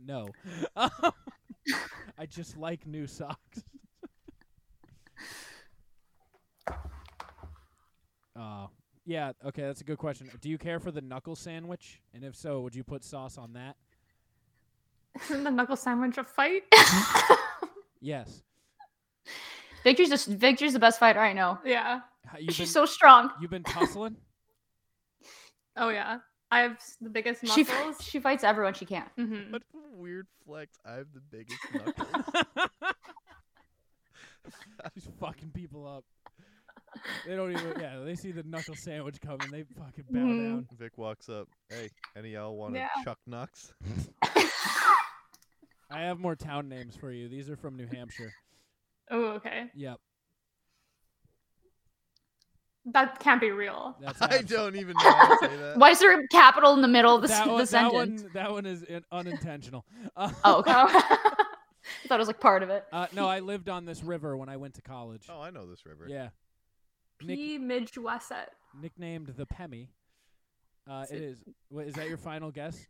No, I just like new socks. uh, yeah. Okay, that's a good question. Do you care for the knuckle sandwich? And if so, would you put sauce on that? Isn't the knuckle sandwich a fight? Yes. Victor's just Victor's the best fighter I know. yeah. Ha- You've been She's so strong. you've been tussling. Oh yeah. I have s- the biggest She muscles. f- she fights everyone she can. hmm What a weird flex. I have the biggest knuckles. She's fucking people up. They don't even. Yeah, they see the knuckle sandwich coming. They fucking bow Mhm. down. Vic walks up. Hey, any of y'all want to Yeah. chuck knucks? I have more town names for you. These are from New Hampshire. Oh okay. Yep, That can't be real. that's. I abs- don't even know how to say that. Why is there a capital in the middle of the, s- Uh, That the one, that sentence? one. That one is in, unintentional. Uh, Oh, okay. I thought it was like part of it. uh, no, I lived on this river when I went to college. Oh, I know this river. yeah, Nick- P. Midge Wessett. nicknamed the Pemmy. Uh, So- it is. What, is that your final guess?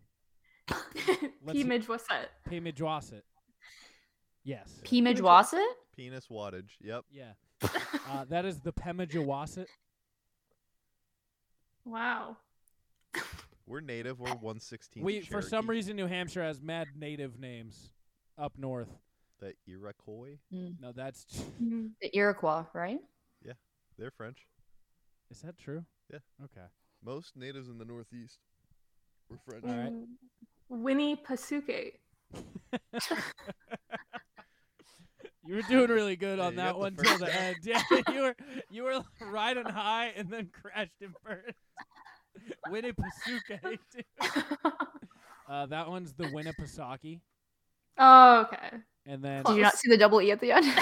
P. see. Midge Wessett. Pemidwasset. Yes. Pima Which Jawasset? Penis wattage. Yep. Yeah. Uh, that is the Pemidjawasset. Wow. We're native. We're 116. We for some reason New Hampshire has mad native names up north. The Iroquois. Mm. No, that's Mhm. The Iroquois, right? They're French. is that true? Yeah. Okay. Most natives in the Northeast were French. All right. Mm. Winnie Pasuke. You were doing really good Yeah, on you that got the one till first the one. end. Yeah, you were you were riding high and then crashed and burned. Winnipasuke. dude. Uh, that one's the Winnipesaukee. oh, okay. And then Did you not see the double E at the end?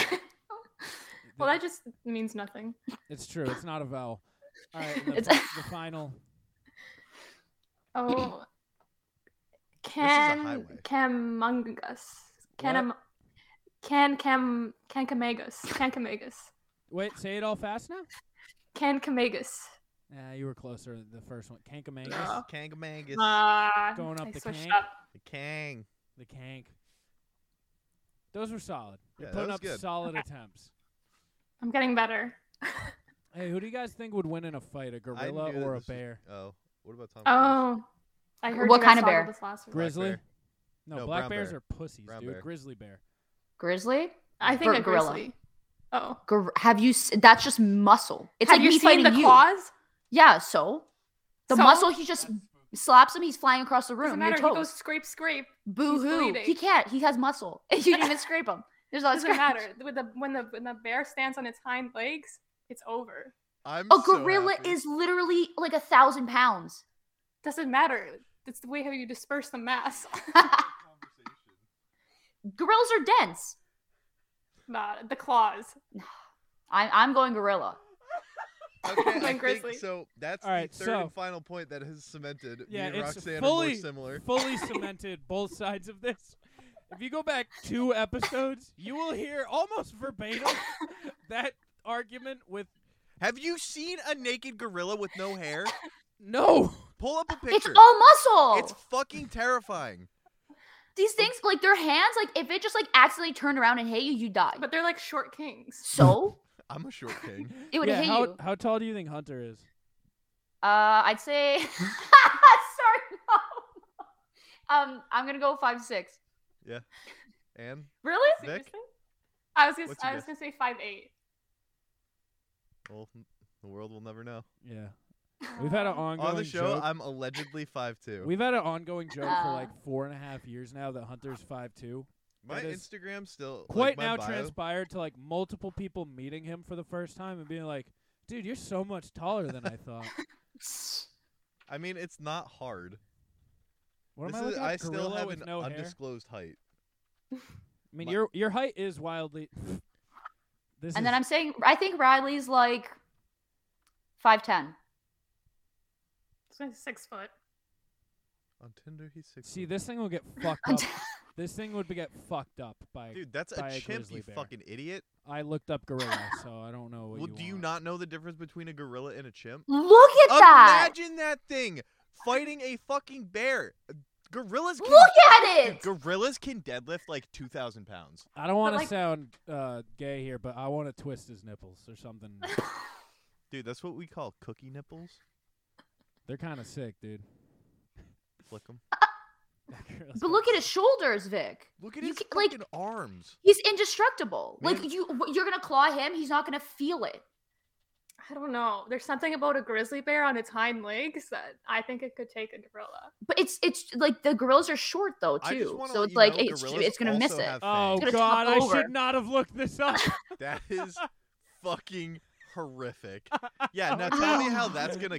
Well, the- that just means nothing. it's true. It's not a vowel. All right. and The, It's- fi- the final. Oh. Can highway. Camungus. Can am- can cam can camagus. Can camagus. Wait, say it all fast now. Can camagus. Nah, you were closer to the first one. Kankamangas. Yeah. Kangamangus. Ah, Going up I the switched cank. up. The Kang. The Kank. Those were solid. You're Yeah, that putting was up good. solid attempts. I'm getting better. Hey, who do you guys think would win in a fight, a I gorilla knew that or a this was- bear? Oh, what about Tom? Cruise? Oh, I heard. What you guys kind of talked bear? about This last week. Grizz- Grizzly? bear. No, No, black brown bears bear. are pussies, Brown dude. bear. Grizzly bear. Grizzly? I think Or a gorilla. grizzly. Oh, Gor- have you? s- That's just muscle. It's have like you me seen fighting the you. claws? Yeah. So the So? muscle, he just slaps him. He's flying across the room. Doesn't You're matter. He toast. goes scrape, scrape. Boo hoo. bleeding. He can't. He has muscle. You didn't even scrape him. There's not a Doesn't scratch. matter. With the when the when the bear stands on its hind legs, it's over. I'm A so Oh, gorilla happy. is literally like a thousand pounds. Doesn't matter. That's the way how you disperse the mass. Gorillas are dense. nah, the claws. I- I'm going gorilla. Okay, Mine I think, grizzly. so that's Alright, the third so- and final point that has cemented Yeah, me and it's Roxanne are fully, more similar. fully cemented both sides of this. If you go back two episodes, you will hear almost verbatim that argument with Have you seen a naked gorilla with no hair? no. Pull up a It's picture. all muscle. It's fucking terrifying. These things, like their hands, like if it just like accidentally turned around and hit you, you die. But they're like short kings. so I'm a short king. it would yeah, hit how, you. how tall do you think Hunter is? Uh, I'd say. Sorry, no. Um, I'm gonna go five six. And Really? Vic? Seriously? I was gonna What's your I was guess? gonna say five eight. well, the world will never know. Yeah. We've had an ongoing On the show, joke. I'm allegedly 5'2. We've had an ongoing joke for Uh. like four and a half years now that Hunter's five two. my it is Instagram still like, Quite my now bio- transpired to like multiple people meeting him for the first time and being like, "Dude, you're so much taller than I thought." I mean, it's not hard. What this am is, I looking at? I still Gorilla have with an no hair. undisclosed height. I mean, my- your your height is wildly. This is, And then I'm saying, I think Riley's like five ten. It's gonna be six foot. On Tinder, he's six. see foot. this thing will get fucked up. This thing would be get fucked up by. Dude, that's By a a chimp, you grizzly bear. fucking idiot. I looked up gorilla, so I don't know what Well, you do you want. not know the difference between a gorilla and a chimp? Look at that! Imagine that thing fighting a fucking bear. Gorillas can, Look at dude, it! gorillas can deadlift like 2,000 pounds. I don't want to like- sound uh, gay here, but I want to twist his nipples or something. Dude, that's what we call cookie nipples. They're kind of sick, dude. Flick 'em. That girl's But got look at his shoulders, Vic. Look at You his ca- like- fucking arms. He's indestructible. Man. Like you, wh- you're gonna claw him. He's not gonna feel it. I don't know. There's something about a grizzly bear on its hind legs that I think it could take a gorilla. But it's it's like the gorillas are short though I just too, wanna so let it's you like know, it's, gorillas it's gonna miss also it. have Oh It's gonna God! I topple over. should not have looked this up. That is fucking horrific. Yeah, now tell me how that's gonna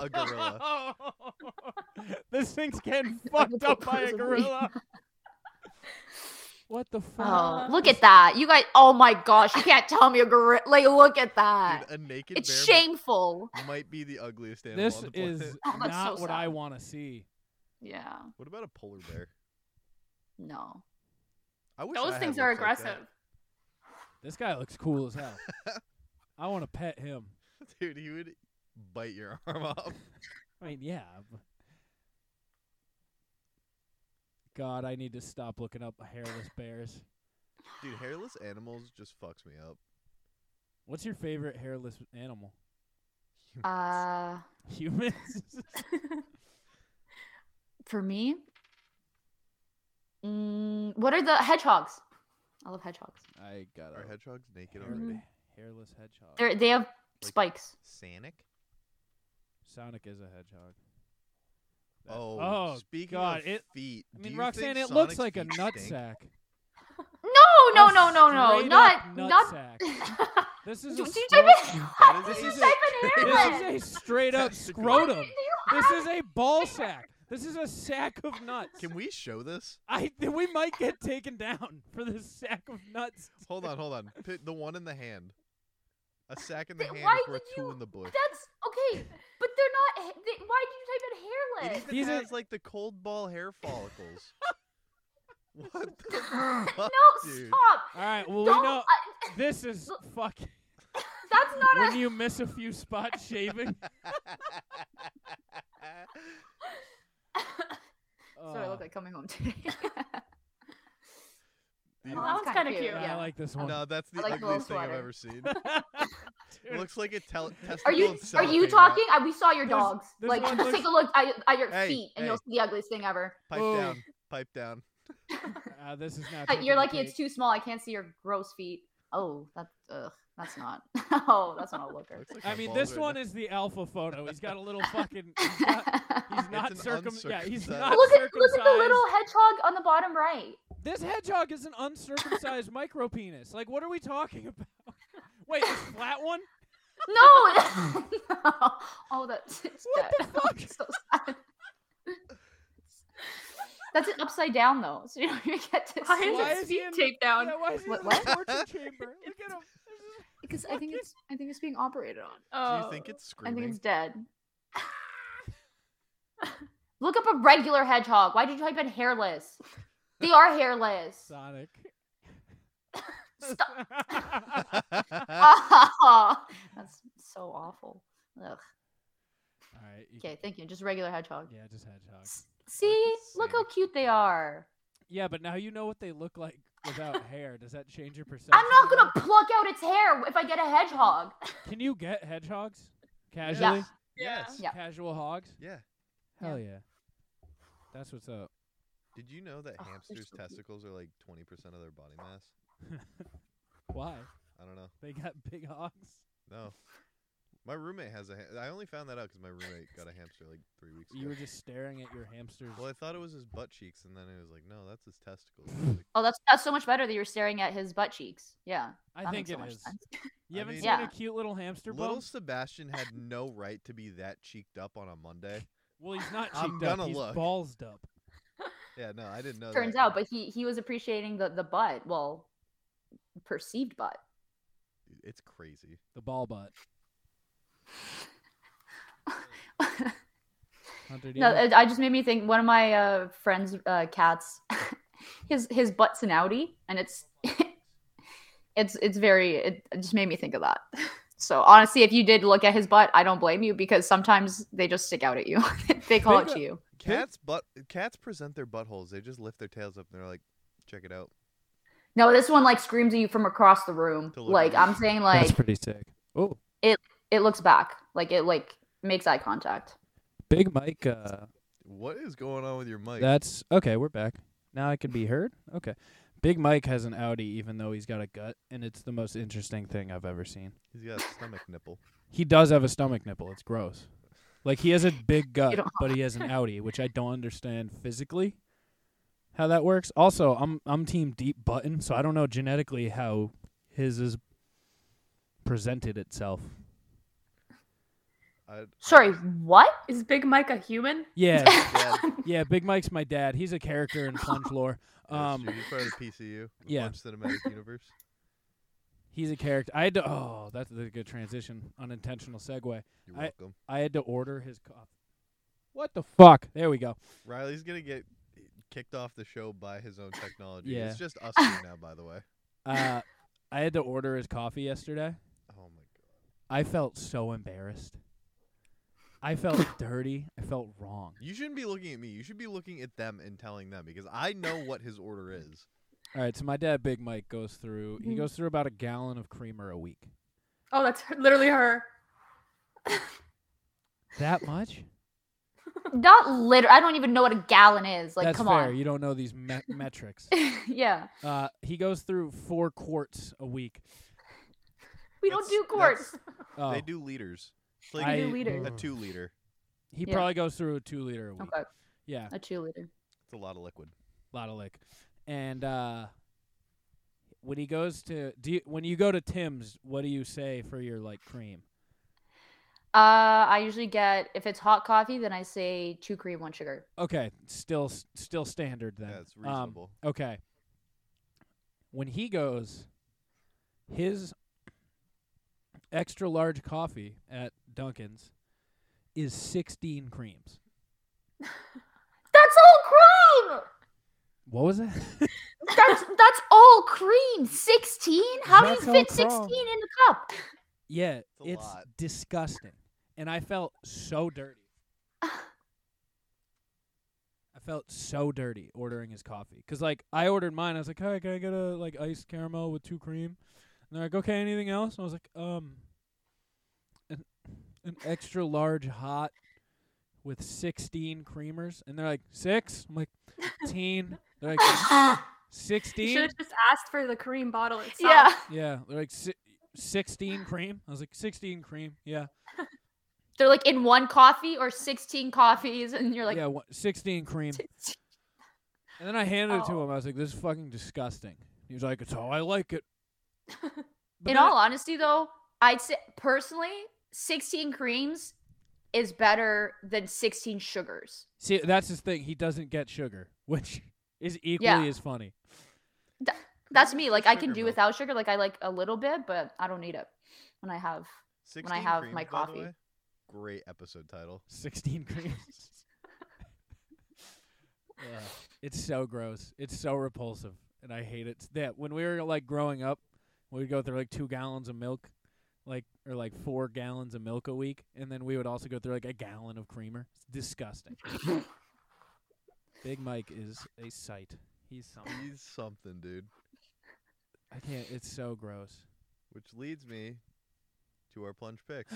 kill a gorilla. this thing's getting like fucked a up by a grizzly. gorilla. what the fuck? Oh, look at that! You guys, oh my gosh, you can't tell me a gorilla. Like, look at that. Dude, a naked It's bear mi- shameful. might be the ugliest animal this on the planet. is Oh, that's not so what I sad. want to see. Yeah. What about a polar bear? No. I wish I Those had things are lips like that. aggressive. This guy looks cool as hell. I want to pet him. Dude, he would bite your arm off. I mean, yeah. b- God, I need to stop looking up hairless bears. Dude, hairless animals just fucks me up. What's your favorite hairless animal? Uh, Humans. for me, mm, what are the hedgehogs? I love hedgehogs. I got Are hedgehogs naked hairless, already? hairless Oh. hedgehog. They they have spikes. Sanic? Sonic is a hedgehog. That- Oh, oh speaking God, of it- feet. I do mean, you Roxanne, think it looks Sonic's like a feet stink? nutsack. No, no, A no, no, no, straight not up not. nutsack. Do This is you a do you scro- type in? That This is Did you is a- a- type in This hairless? is a straight up Testicle. scrotum. Do you This is a ball sack. This is a sack of nuts. Can we show this? I th- we might get taken down for this sack of nuts. Hold on, hold on. Pi- the one in the hand. A sack in the Th- hand why is worth would two you- in the bush. That's okay, but they're not. ha- They, why did you type in It hairless? even These are- has like the cold ball hair follicles. what the fuck, No, dude? stop. All right. Well, Don't. we know I- this is fucking. that's not When a. you miss a few spot shaving. That's what I Uh, look like coming home today. These- Oh, that one's kinda cute, yeah, I yeah. like this one. no, that's the I like the little ugliest thing I've sweater. ever seen. Dude, It looks like a tel- testicle. Are you and are you cellophane wrap. talking? I, we saw your There's- dogs. there's like, one just looks- take a look at, your- at your Hey, feet, and you'll hey. see the ugliest thing ever. Pipe Whoa. down. Pipe down. uh, this is not. Uh, taking You're the lucky it's cake. too small. I can't see your gross feet. Oh, that's ugh, that's not. oh, that's not a looker. Looks like I my mean, balls this right one now. is the alpha photo. He's got a little fucking. He's not, he's not an circum. Yeah, he's uncircumcised- not look at look circumcised. at the little hedgehog on the bottom right. This hedgehog is an uncircumcised micro penis. Like, what are we talking about? Wait, this flat one? No, no. Oh, that's it's What the dead. It's so sad. That's it upside down though, so you don't even get to Why see is Why it. it is he feet in- taped down? Yeah, why is he What- in what? the torture chamber? Look at him. Because I think it's I think it's being operated on. Oh. Do you think it's I screaming? think it's dead. Look up a regular hedgehog. Why did you type in hairless? They are hairless. Sonic. Stop. All Ah, that's so awful. Ugh. All right. you- Okay, thank you. Just regular hedgehog. Yeah, just hedgehog. S- See, look how Sonic. cute they are. Yeah, but now you know what they look like without hair. Does that change your perception? I'm not at all? gonna pluck out its hair if I get a hedgehog. Can you get hedgehogs? Casually? Yeah. Yes. Yeah. Casual hogs? Yeah. Hell yeah. That's what's up. Did you know that Oh, they're hamsters' so cute. testicles are like 20% of their body mass? Why? I don't know. They got big hogs. No. My roommate has a. Ha- I only found that out because my roommate got a hamster like three weeks ago. You were just staring at your hamsters. Well, I thought it was his butt cheeks, and then it was like, no, that's his testicles. I was like, Oh, that's that's so much better that you're staring at his butt cheeks. Yeah, I that think makes so it much is. sense. You I haven't mean- seen Yeah. a cute little hamster Little bump? Sebastian had no right to be that cheeked up on a Monday. Well, he's not cheeked I'm gonna up. He's look. ballsed up. Yeah, no, I didn't know. Turns that. out, but he he was appreciating the the butt, well, perceived butt. Dude, it's crazy. The ball butt. Hunter, do you No, have- it, I just made me think. One of my uh, friends' uh, cats his his butt's an outie, and it's it's it's very it, it just made me think of that. So honestly, if you did look at his butt, I don't blame you because sometimes they just stick out at you. they call it Think to you. Cats butt cats present their buttholes. They just lift their tails up and they're like, check it out. No, this one like screams at you from across the room. Delivery. Like I'm saying, like That's pretty sick. Oh, it looks back, like it like makes eye contact. Big Mike. Uh, What is going on with your mic? that's okay. We're back now. I can be heard. Okay. Big Mike has an Audi, even though he's got a gut, and it's the most interesting thing I've ever seen. He's got a stomach nipple. He does have a stomach nipple. It's gross. Like he has a big gut, don't- but he has an outie, which I don't understand physically how that works. Also, I'm I'm team deep button, so I don't know genetically how his is presented itself. I, Sorry, what? Is Big Mike a human? Yeah, yeah, yeah. Big Mike's my dad. He's a character in Plunge lore. um, Um, he's part of the PCU, the yeah. Plunge Cinematic Universe. he's a character. I had to, oh, that's a good transition, unintentional segue. You're I- welcome. I had to order his coffee. What the fuck? There we go. Riley's gonna get kicked off the show by his own technology. Yeah. It's just us here now, by the way. Uh, I had to order his coffee yesterday. Oh my I felt so embarrassed. I felt dirty. I felt wrong. god. You shouldn't be looking at me. You should be looking at them and telling them because I know what his order is. All right, so my dad, Big Mike, goes through. He Mm-hmm. Mhm. goes through about a gallon of creamer a week. Oh, that's her- literally her. That much? Not liter. I don't even know what a gallon is. Like, That's come fair. on. You don't know these me- metrics. yeah, Uh, he goes through four quarts a week. we That's- don't do quarts. Oh, They do liters. It's like I- do liters. a ugh. two liter. He Yeah. probably goes through a two liter a week. Okay, Yeah, a two liter. It's a lot of liquid. lot of lick. And uh, when he goes to, do you, when you go to Tim's, what do you say for your like cream? Uh, I usually get if it's hot coffee, then I say two cream, one sugar. Okay, still s- still standard then. Yeah, it's Um, reasonable. okay. When he goes, his extra large coffee at Dunkin's is sixteen creams. That's all cream. What was that? That's that's all cream. Sixteen. How do you That's all fit cream. sixteen in the cup? yeah, It's a it's lot. disgusting, and I felt so dirty. I felt so dirty ordering his coffee. 'Cause like I ordered mine, I was like, "Hi, can I get a like iced caramel with two cream?" And they're like, "Okay, anything else?" And I was like, "Um, an an extra large hot with sixteen creamers." And they're like, 6 I'm like, "Teen." They're like, You "16." should have just asked for the cream bottle itself. Yeah, Yeah, they're like, "Si- "16 cream." I was like, "16 cream." Yeah, they're like in one coffee or sixteen coffees, and you're like, yeah, one, 16 cream. And then I handed it to Oh. him. I was like, "This is fucking disgusting." He was like, "It's how I like it." But in then- all honesty though i'd say personally 16 creams is better than 16 sugars See, that's his thing. He doesn't get sugar, which is equally Yeah. as funny. that's Cream me is like just i can sugar do milk. without sugar like i like a little bit but i don't need it when i have 16 have creams, my by the coffee. way. Great episode title. 16 creams. Ugh, it's so gross. It's so repulsive, and I hate it. That when we were like growing up, we'd go through like two gallons of milk, like or like four gallons of milk a week, and then we would also go through like a gallon of creamer. It's disgusting. Big Mike is a sight. He's something. He's something, dude. I can't. It's so gross. Which leads me to our plunge picks.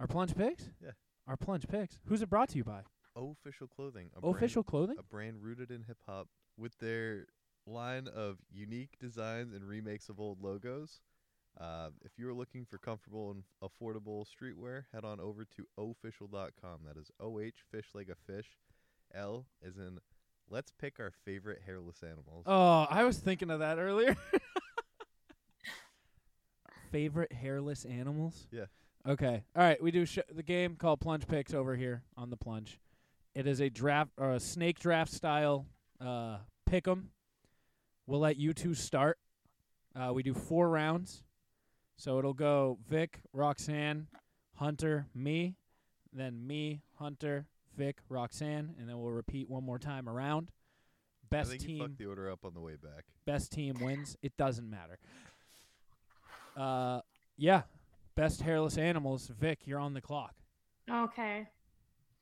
Our plunge picks. Yeah. Our plunge picks. Who's it brought to you by? Official clothing. a brand- Official clothing. a brand rooted in hip hop with their line of unique designs and remakes of old logos. Uh, if you're looking for comfortable and affordable streetwear, head on over to official.com. That is O H fish like a fish. L is in let's pick our favorite hairless animals. Oh, I was thinking of that earlier. Favorite hairless animals? Yeah. Okay. All right. We do sh- the game called Plunge Picks over here on the plunge. It is a draft or a snake draft style uh, pick 'em. We'll let you two start. Uh, we do four rounds, so it'll go Vic, Roxanne, Hunter, me, then me, Hunter, Vic, Roxanne, and then we'll repeat one more time around I best think you team fucked the order up on the way back. best team wins. It doesn't matter. Uh, yeah, best hairless animals. Vic, you're on the clock. Okay.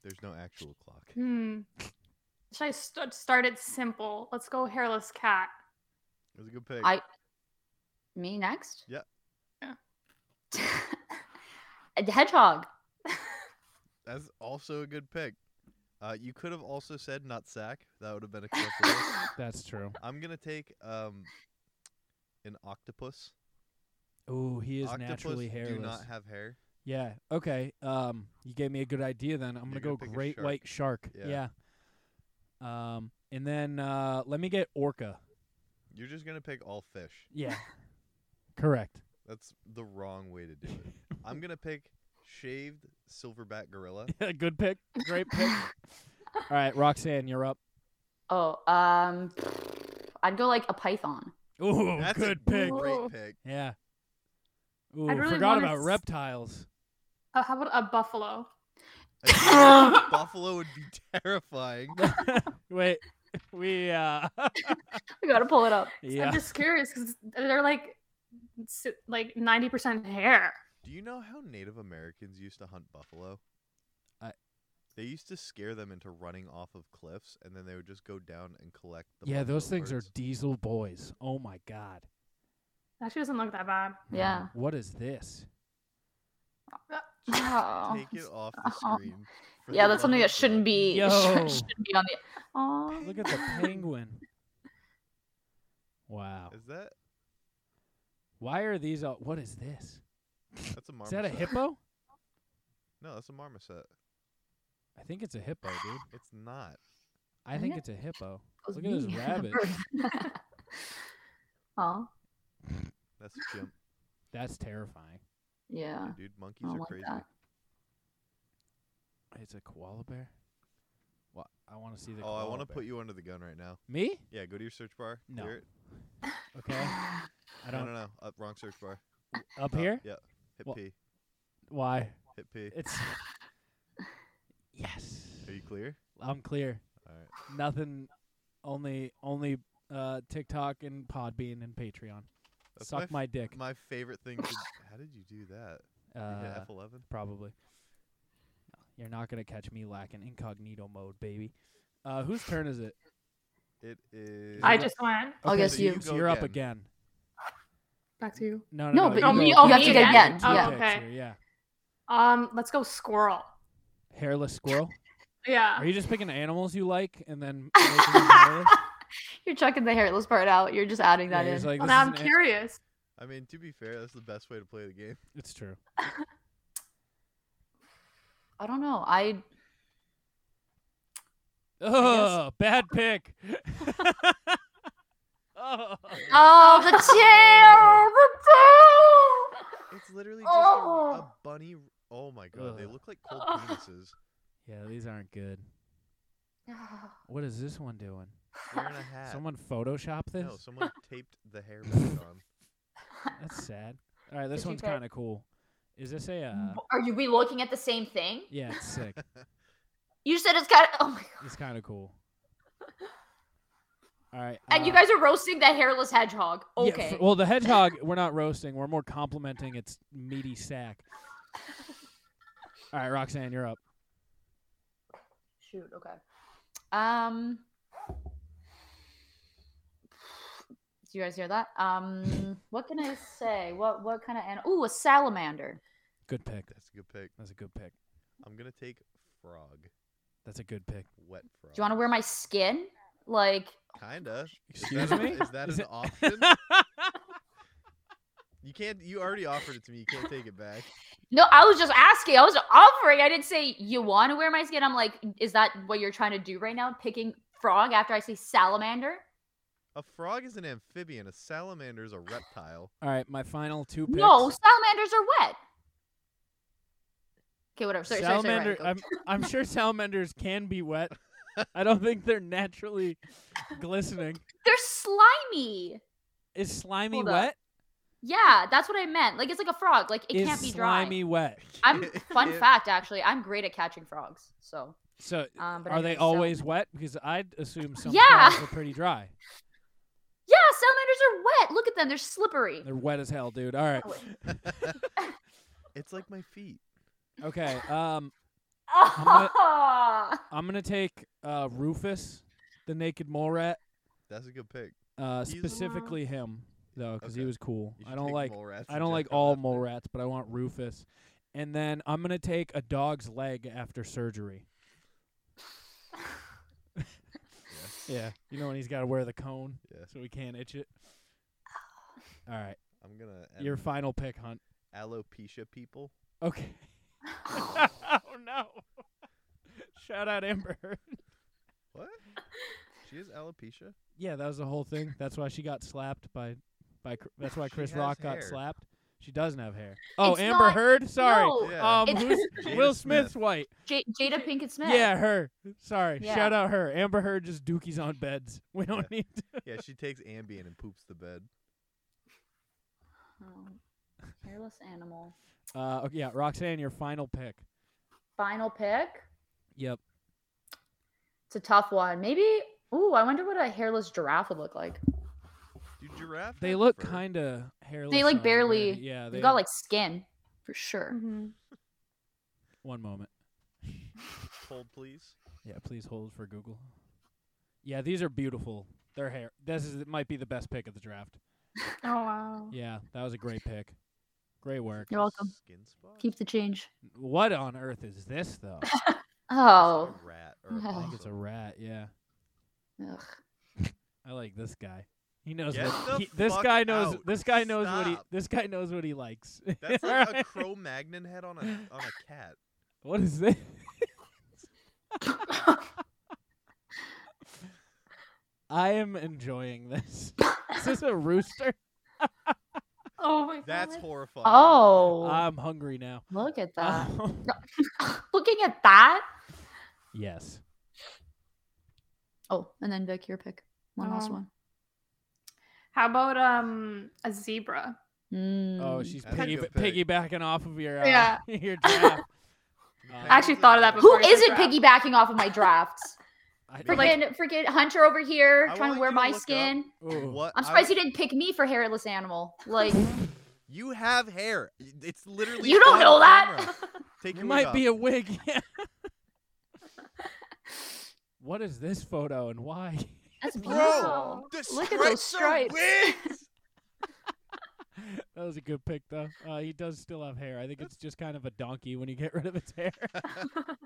There's no actual clock. Hmm. Should I st- start it simple? Let's go hairless cat. It was a good pick. I- Me next? Yeah. Yeah. A Hedgehog. That's also a good pick. Uh, you could have also said nut sack. That would have been acceptable. That's true. I'm gonna take um an octopus. Ooh, he is octopus naturally hairless. do not have hair. yeah. Okay. Um, you gave me a good idea. Then I'm gonna You're go gonna pick a great shark. white shark. Yeah. yeah. Um, and then uh, let me get orca. You're just gonna pick all fish. Yeah. Correct. That's the wrong way to do it. I'm gonna pick shaved silverback gorilla. good pick. Great pick. All right, Roxanne, you're up. Oh, um, I'd go like a python. Oh. Ooh, That's good a Great pick. Whoa. pick. Yeah. Ooh, really forgot wanna about s- reptiles. Uh, how about a buffalo? A giant buffalo would be terrifying. Wait, we uh We gotta pull it up. yeah. I'm just curious because they're like s- like 90% hair. Do you know how Native Americans used to hunt buffalo? I- They used to scare them into running off of cliffs, and then they would just go down and collect the. yeah, those buffalo things are birds. diesel boys. Oh my god. That actually doesn't look that bad. Yeah. What is this? Oh. Take it off the Oh. screen. for Yeah, the that's something love that of shouldn't God. be Yo. shouldn't be on the. Oh, Look at the penguin. Wow. Is that Why are these all what is this? that's a marmoset? Is that a hippo? No, that's a marmoset. I think it's a hippo, dude. It's not. I Isn't think it? it's a hippo. was Look at this me. rabbit. oh, That's a chimp, That's terrifying. yeah. dude. Monkeys I are don't like crazy. that. It's a koala bear? What I want to see the Oh, I want to put you under the gun right now. Me? Yeah, go to your search bar. No. clear it. Okay. I No, don't no, no. Up, wrong search bar. up Up, here? Yeah. Hit Well- P. Why? Hit P. It's Yes. Are you clear? I'm clear. All right. Nothing. Only only uh, TikTok and Podbean and Patreon. That's Suck my, my, f- dick. my favorite thing. To, how did you do that? You hit uh, F11. probably. No, you're not gonna catch me lacking incognito mode, baby. Uh, whose turn is it? It is. I just went I'll Okay, guess so you. So Go you're up again. again. back to you. No, no, No, but you Oh, go me- again. oh, you have me to go again? again. Oh, yeah. Picks okay. here, yeah. Um, let's go squirrel. Hairless squirrel. Yeah. Are you just picking animals you like and then making them hairless? You're chucking the hairless part out. You're just adding Yeah, that you're in. Oh, just like, well, this now is I'm an a- curious. I mean, to be fair, that's the best way to play the game. It's true. I don't know. I Oh, bad pick. oh. oh the tail, the tail. It's literally just a- a, Oh. bunny. Oh my god, they Ugh. look like cold Oh. penises. Yeah, these aren't good. What is this one doing? They're in a hat. Someone Photoshop this? no, someone taped the hair back on. That's sad. All right, this Did you one's get- kind of cool. Is this a? Uh, Are you we looking at the same thing? yeah, it's sick. You said it's got. Oh my god! It's kind of cool. All right, And you uh, guys are roasting that hairless hedgehog. yeah, Okay. f- well, the hedgehog we're not roasting. We're more complimenting its meaty sack. All right, Roxanne, you're up. Shoot. Okay. Um. Do you guys hear that? Um. What can I say? What What kind of animal? Ooh, a salamander. Good pick. That's a good pick. That's a good pick. I'm gonna take frog, That's a good pick. wet frog. Do you want to wear my skin? Like, Kinda. Is Excuse that a- me? Is that Is an it- option? You can't. You already offered it to me. You can't take it back. no, I was just asking. I was offering. I didn't say you want to wear my skin. I'm like, is that what you're trying to do right now? Picking frog after I say salamander? A frog is an amphibian. A salamander is a reptile. All right, my final two picks. No, salamanders are wet. Okay, whatever. Sorry, sorry, sorry, salamander. Ryan, go. I'm, I'm sure salamanders can be wet. I don't think they're naturally glistening. They're slimy. Is slimy Hold up. wet? Yeah, that's what I meant. Like it's like a frog. Like it Is can't be dry. slimy wet? I'm fun It- fact actually. I'm great at catching frogs. So So Um, but are they anyway, always Salamanders. wet? Because I'd assume some Yeah. flowers are pretty dry. Yeah, salamanders are wet. Look at them; they're slippery. They're wet as hell, dude. All right. Oh, wait. It's like my feet. Okay. Um, gonna- Oh, I'm gonna take uh, Rufus, the naked mole rat. That's a good pick. Uh, He's- specifically him, though, because he Okay. was cool. You I should don't take like mole rats I and don't just like go all that mole way. rats, but I want Rufus. And then I'm gonna take a dog's leg after surgery. yeah, you know when he's got to wear the cone Yeah. so he can't itch it. Oh. All right, I'm gonna add your final pick, Hunt. alopecia people. Okay. oh no! Shout out Amber. Heard. What? She has alopecia. Yeah, that was the whole thing. That's why she got slapped by by. Chr- That's why She Chris has Rock got hair. slapped. She doesn't have hair. Oh, It's Amber not- Heard. Sorry. No. Yeah. Um, It's- who's Jada Will Smith. Smith's white? J- Jada Pinkett Smith. Yeah, her. Sorry. Yeah. Shout out her. Amber Heard just dookies on beds. We don't need. To. Yeah, she takes Ambien and poops the bed. Oh, hairless animal. Uh, okay, yeah, Roxanne, your final pick. Final pick. Yep. It's a tough one. Maybe. Ooh, I wonder what a hairless giraffe would look like. Do giraffe? They have look fur? kind of hairless. like, on the barely- granny. Yeah, They got like skin for sure. Mhm. one moment. Hold, please. Yeah, please hold for Google. Yeah, these are beautiful. Their hair. This is it might be the best pick of the draft. Oh wow. Yeah, that was a great pick. Great work. You're welcome. Skin spot. Keep the change. What on earth is this though? Oh. It's a rat or a I I think it's a possum. rat. Yeah, Ugh. I like this guy. He knows Get what the he, this fuck guy knows. out. This guy knows what he. Stop. This guy knows what he likes. That's like a Right? Cro-Magnon head on a on a cat. What is this? I am enjoying this. Is this a rooster? Oh my god. That's horrifying. Oh. I'm hungry now. look at that. Um, Looking at that. yes. Oh, and then Vic, your pick. One last Um, one. How about um a zebra? Oh, Mm. she's That's a piggy- good pick. piggybacking off of your uh, Yeah. your draft. I actually thought of that Who before. you said isn't draft. piggybacking off of my drafts? I- Freaking, freaking Hunter over here I trying want to wear you to my look up skin. ooh. What? I'm Uh, I surprised w- you didn't pick me for hairless animal. Like, You have hair. It's literally. You don't on know that? camera. Take It your might be A- a wig. Yeah. what is this photo and why? that's Bro, Oh, beautiful. Oh, the Look at those stripes stripes. are wigs! that was a good pick, though. Uh, he does still have hair. I think it's just kind of a donkey when you get rid of its hair.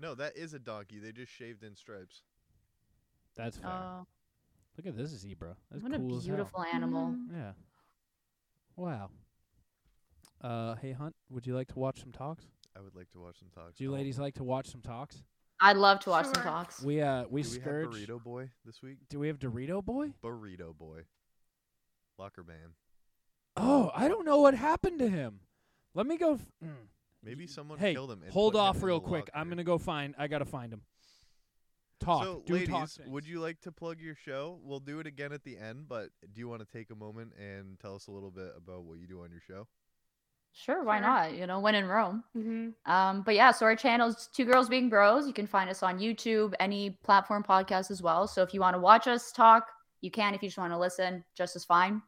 no, that is a donkey. They just shaved in stripes. That's fair. Oh, Look at this zebra. That's what a cool as hell. beautiful animal. Hmm. Mhm. Yeah. Wow. Uh, hey Hunt, would you like to watch some talks? I would like to watch some talks. Do you Oh, ladies like to watch some talks? I'd love to watch some Sure. talks. We uh we do we have scourge. burrito boy this week? Do we have Dorito Boy? Burrito boy, locker man. Oh, I don't know what happened to him. Let me go. F- mm. Maybe someone hey, killed him. and hold put him off in real the quick. I'm locker. gonna go find. I gotta find him. Talk. So, do ladies, talk would things. you like to plug your show? We'll do it again at the end, but do you want to take a moment and tell us a little bit about what you do on your show? Sure, why Sure. not? You know, when in Rome. Mhm. Um, but yeah, so our channel is Two Girls Being Bros. You can find us on YouTube, any platform podcast as well. So if you want to watch us talk, you can. If you just want to listen, just as fine.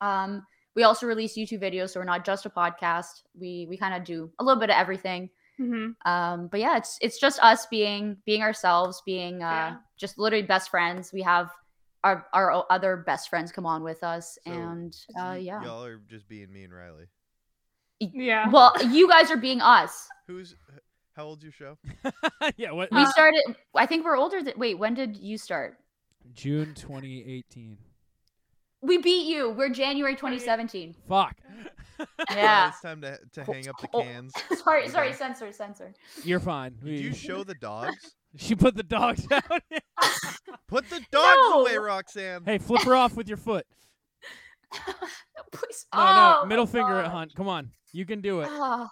Um, we also release YouTube videos, so we're not just a podcast. We we kind of do a little bit of everything. Mhm. Um, but yeah, it's it's just us being being ourselves, being uh, Yeah. just literally best friends. We have our our o- other best friends come on with us, So, and uh, Y- yeah. Y'all are just being me and Riley. Yeah. Well, you guys are being us. Who's h- how old's your show? yeah. What? We Uh, started. I think we're older than. Wait, when did you start? June 2018. We beat you. We're January 2017. Fuck. Yeah. it's time to to hang up the Oh. cans. sorry, You sorry, guys- censor, censor. You're fine. Did you We- show the dogs? she put the dogs out. Put the dogs away, No. Roxanne. hey, flip her off with your foot. Please. No, Oh, no, middle finger at God. Hunt. Come on, you can do it. Ah.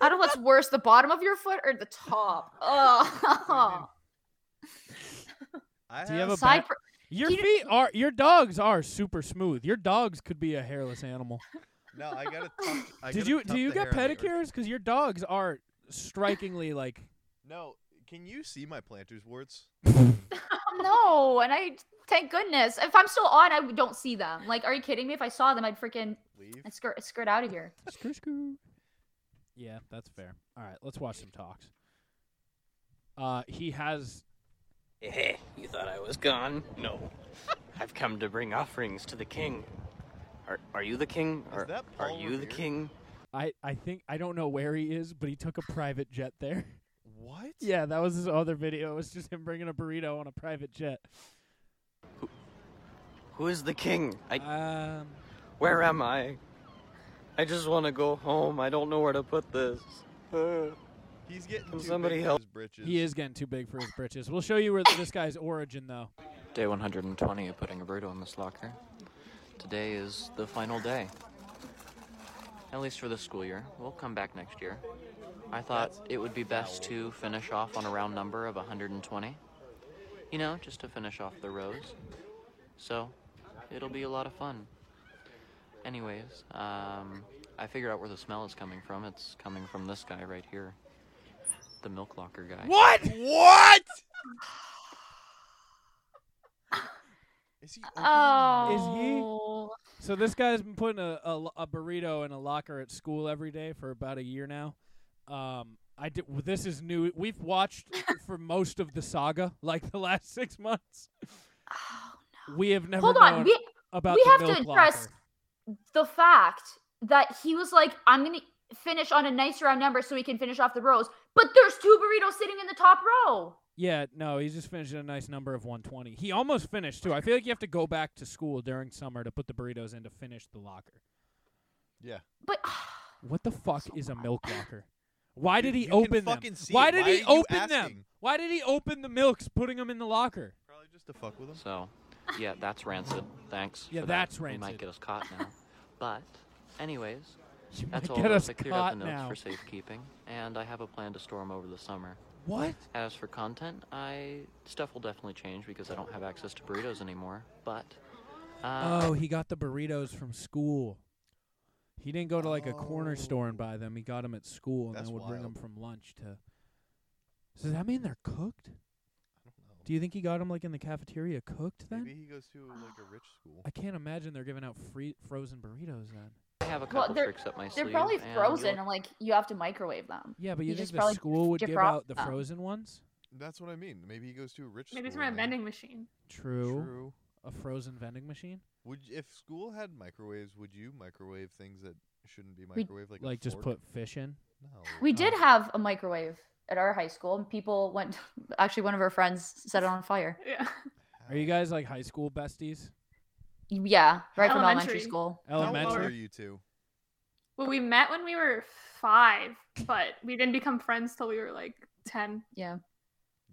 I don't know what's worse, the bottom of your foot or the top. Oh. I Do you have a Side back- per- Your you- feet are your dogs are super smooth. Your dogs could be a hairless animal. no. I got to. I Did gotta you tuck do you the get hair on the ear. pedicures? Because your dogs are strikingly like No, can you see my planter's warts? No, and I thank goodness. If I'm still on, I don't see them. Like, are you kidding me? If I saw them, I'd freaking Leave. I'd skirt skirt out of here. Screw, screw. Yeah, that's fair. All right, let's watch some talks. Uh, he has Eh, you thought I was gone? No. I've come to bring offerings to the king. Are, are you the king? Is Are, that are Paul you the Revere? king? I I think I don't know where he is, but he took a private jet there. What? yeah, that was his other video. It was just him bringing a burrito on a private jet. Who is the king? I, Um, where am I? I just want to go home. I don't know where to put this. Uh, He's getting Can too somebody big for help? his britches. he is getting too big for his britches. We'll show you where this guy's origin though. Day 120 of putting a burrito in this locker. Today is the final day. At least for the school year. We'll come back next year. I thought it would be best to finish off on a round number of 120. You know, just to finish off the rows. So, it'll be a lot of fun. Anyways, um, I figured out where the smell is coming from. It's coming from this guy right here. The milk locker guy. What? What? is he? opening Oh. So this guy's been putting a, a, lo- a burrito in a locker at school every day for about a year now. Um, I did, well, this is new. We've watched for most of the saga, like the last six months. We have never Hold on. known We about we the have to milk address locker. the fact that he was like, I'm gonna finish on a nice round number so we can finish off the rows. But there's two burritos sitting in the top row. Yeah, no, he's just finishing a nice number of 120. He almost finished too. I feel like you have to go back to school during summer to put the burritos in to finish the locker. But What the fuck is a milk locker? Why did Dude, he you can open them? fucking see Why it. did Why he are you open them? asking? Why did he open the milks, putting them in the locker? Probably just to fuck with him. So, yeah, that's rancid. Thanks. Yeah, for that. that's It rancid. might get us caught now. But, anyways, You that's might all. get those. us I cleared out caught the notes now. for safekeeping, and I have a plan to store them over the summer. What? As for content, I stuff will definitely change because I don't have access to burritos anymore. But, uh, Oh, he got the burritos from school. He didn't go to like a corner store and buy them. He got them at school and That's then would bring them wild. from lunch to. So does that mean they're cooked? Do you think he got them like in the cafeteria cooked then? Maybe he goes to like a rich school. I can't imagine they're giving out free frozen burritos then. I have a Well, couple they're- tricks up my they're sleeve. probably and frozen you'll- and like you have to microwave them. Yeah, but you, You think just the probably school would deep give fry out the them. frozen ones? That's what I mean. Maybe he goes to a rich Maybe it's school. from a and then- vending machine. True. True. A frozen vending machine, Would y- if school had microwaves, would you microwave things that shouldn't be We- microwaved? Like, like, a just fork? put fish in. No. We did Oh. have a microwave at our high school, and people went. Actually, one of our friends set it on fire. Yeah. Are you guys like high school besties? Yeah, right from elementary Elementary. school. How old Elementary. are you two? Well, we met when we were five, but we didn't become friends till we were like ten. Yeah,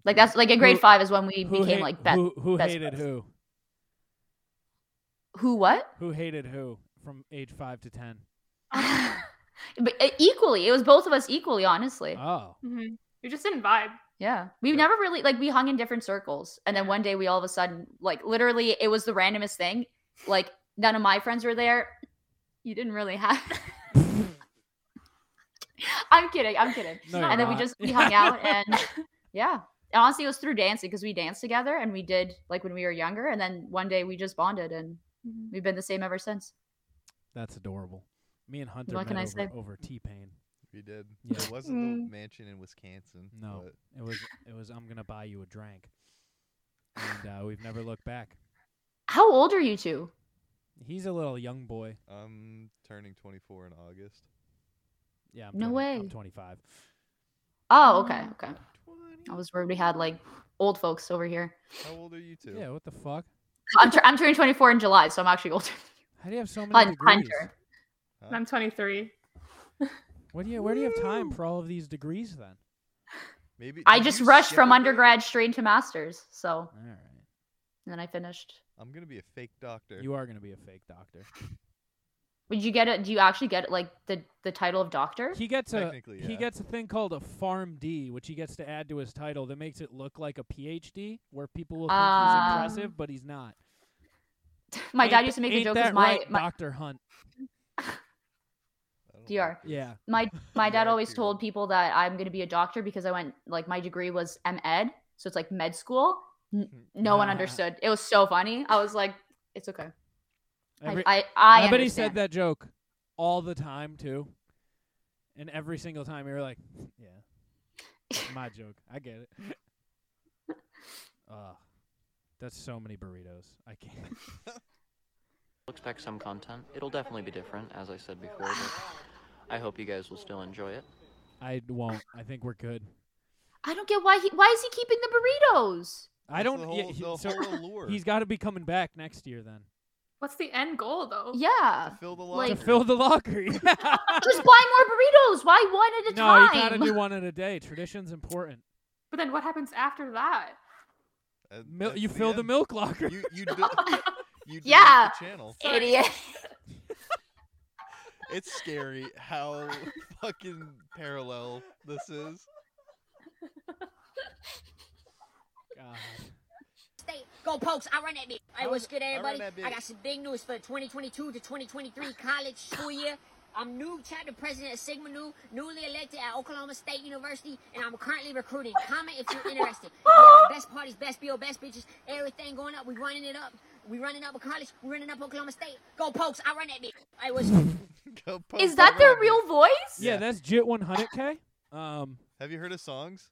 like that's like in grade Who- five is when we Who became hate- like best. Who, Who, who best hated friends. who? what? Who hated who from age five to ten? but uh, equally, it was both of us equally. Honestly, Oh, hmm We just didn't vibe. yeah, we never really like we hung in different circles, and then one day we all of a sudden like literally it was the randomest thing. Like none of my friends were there. You didn't really have. I'm kidding. I'm kidding. No, and you're then we not. just we hung out and yeah And honestly it was through dancing because we danced together and we did like when we were younger and then one day we just bonded and we've been the same ever since that's adorable. Me and Hunter What met can I over, say? over T Pain. We did. Yeah. It wasn't Mm. the mansion in Wisconsin. No. but- It was it was I'm gonna buy you a drink, and uh, we've never looked back. how old are you two He's a little young boy. I'm turning 24 in August. Yeah, I'm No 20 way. I'm 25. oh okay okay i 20? was worried we had like old folks over here How old are you two? Yeah, what the fuck? i'm, tur- I'm turning 24 in july so i'm actually older How do you have so many Hun- degrees? hunter Huh? I'm 23. What do you? Where do you have time for all of these degrees then? Maybe. i did just you rushed skip from a grade? undergrad straight into masters so All right, and then i finished I'm gonna be a fake doctor. you are gonna be a fake doctor. would you get it do you actually get like the the title of doctor He gets a Technically, he yeah. gets a thing called a farm D, which he gets to add to his title that makes it look like a PhD, where people will think he's Ah. impressive, but he's not. my Ain't dad th- used to make the ain't joke that because my, right, my Doctor Hunt. I DR. Yeah. My my dad Yeah, always DR. told people that I'm going to be a doctor because I went like my degree was M Ed, so it's like med school. N- no one Ah. understood. It was so funny. I was like, it's okay. Every- I I, bet I he understand. said that joke all the time too. And every single time you were like, "Yeah, it's my joke. I get it." Ugh, that's so many burritos. I can't. expect some content. It'll definitely be different, as I said before, but I hope you guys will still enjoy it. I won't. I think we're good. I don't get why he why is he keeping the burritos? I don't. The yeah, whole, he- the so whole allure. he's got to be coming back next year then What's the end goal though? Yeah. to fill the like- locker. to fill the locker. yeah. Just buy more burritos. Why one at a no, you gotta time? do one at a day. Tradition's important. But then what happens after that? That- Mil- Uh, that's you fill the end. milk locker. You you, de- you delete Yeah. the channel. Sorry. Idiot. It's scary how fucking parallel this is. God. State. Go pokes, I run at me. All I right, what's run- good, I run everybody? that I bitch. got some big news for the 2022 to 2023 college school year. I'm new chapter president of Sigma Nu, newly elected at Oklahoma State University, and I'm currently recruiting. Comment if you're interested. We have the best parties, best bill, best bitches, everything going up. We running it up. We running up a college. We running up Oklahoma State. Go pokes, I run that bitch. All right, what's good? Go poke Is that their around. real voice? Yeah, Yeah. that's Jit 100K. Um, Have you heard his songs?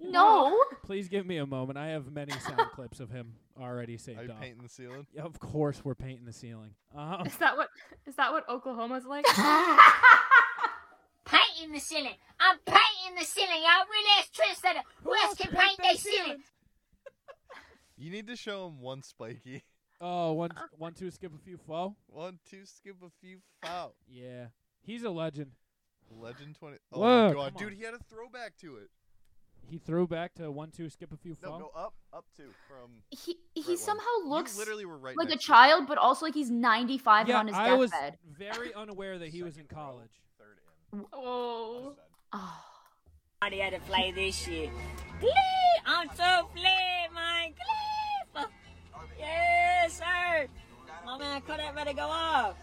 No. please give me a moment. I have many sound clips of him already Are saved you up. painting the ceiling? Yeah, Of course, we're painting the ceiling. Um, Is that what is that what Oklahoma's like? Painting the ceiling. I'm painting the ceiling, y'all. Real ass trendsetter. Who else can paint their ceiling? You need to show him one spiky. oh, one, Uh-uh. one, two, skip a few, foe. One, two, skip a few, foul. Yeah, he's a legend. Legend 20. Oh my Look. god. Come Dude, on. he had a throwback to it. He threw back to one, two, skip a few, No, foe. go up, up to from. He right he one. somehow You looks literally were right like a next to it. child, but also like he's 95 yeah, and on his I was deathbed. very unaware that he was in Second row, college. Third oh. Oh. I had to play this shit. Glee! I'm so fled, man. Glee! Oh. Yes, sir. My man, cut that ready to go off.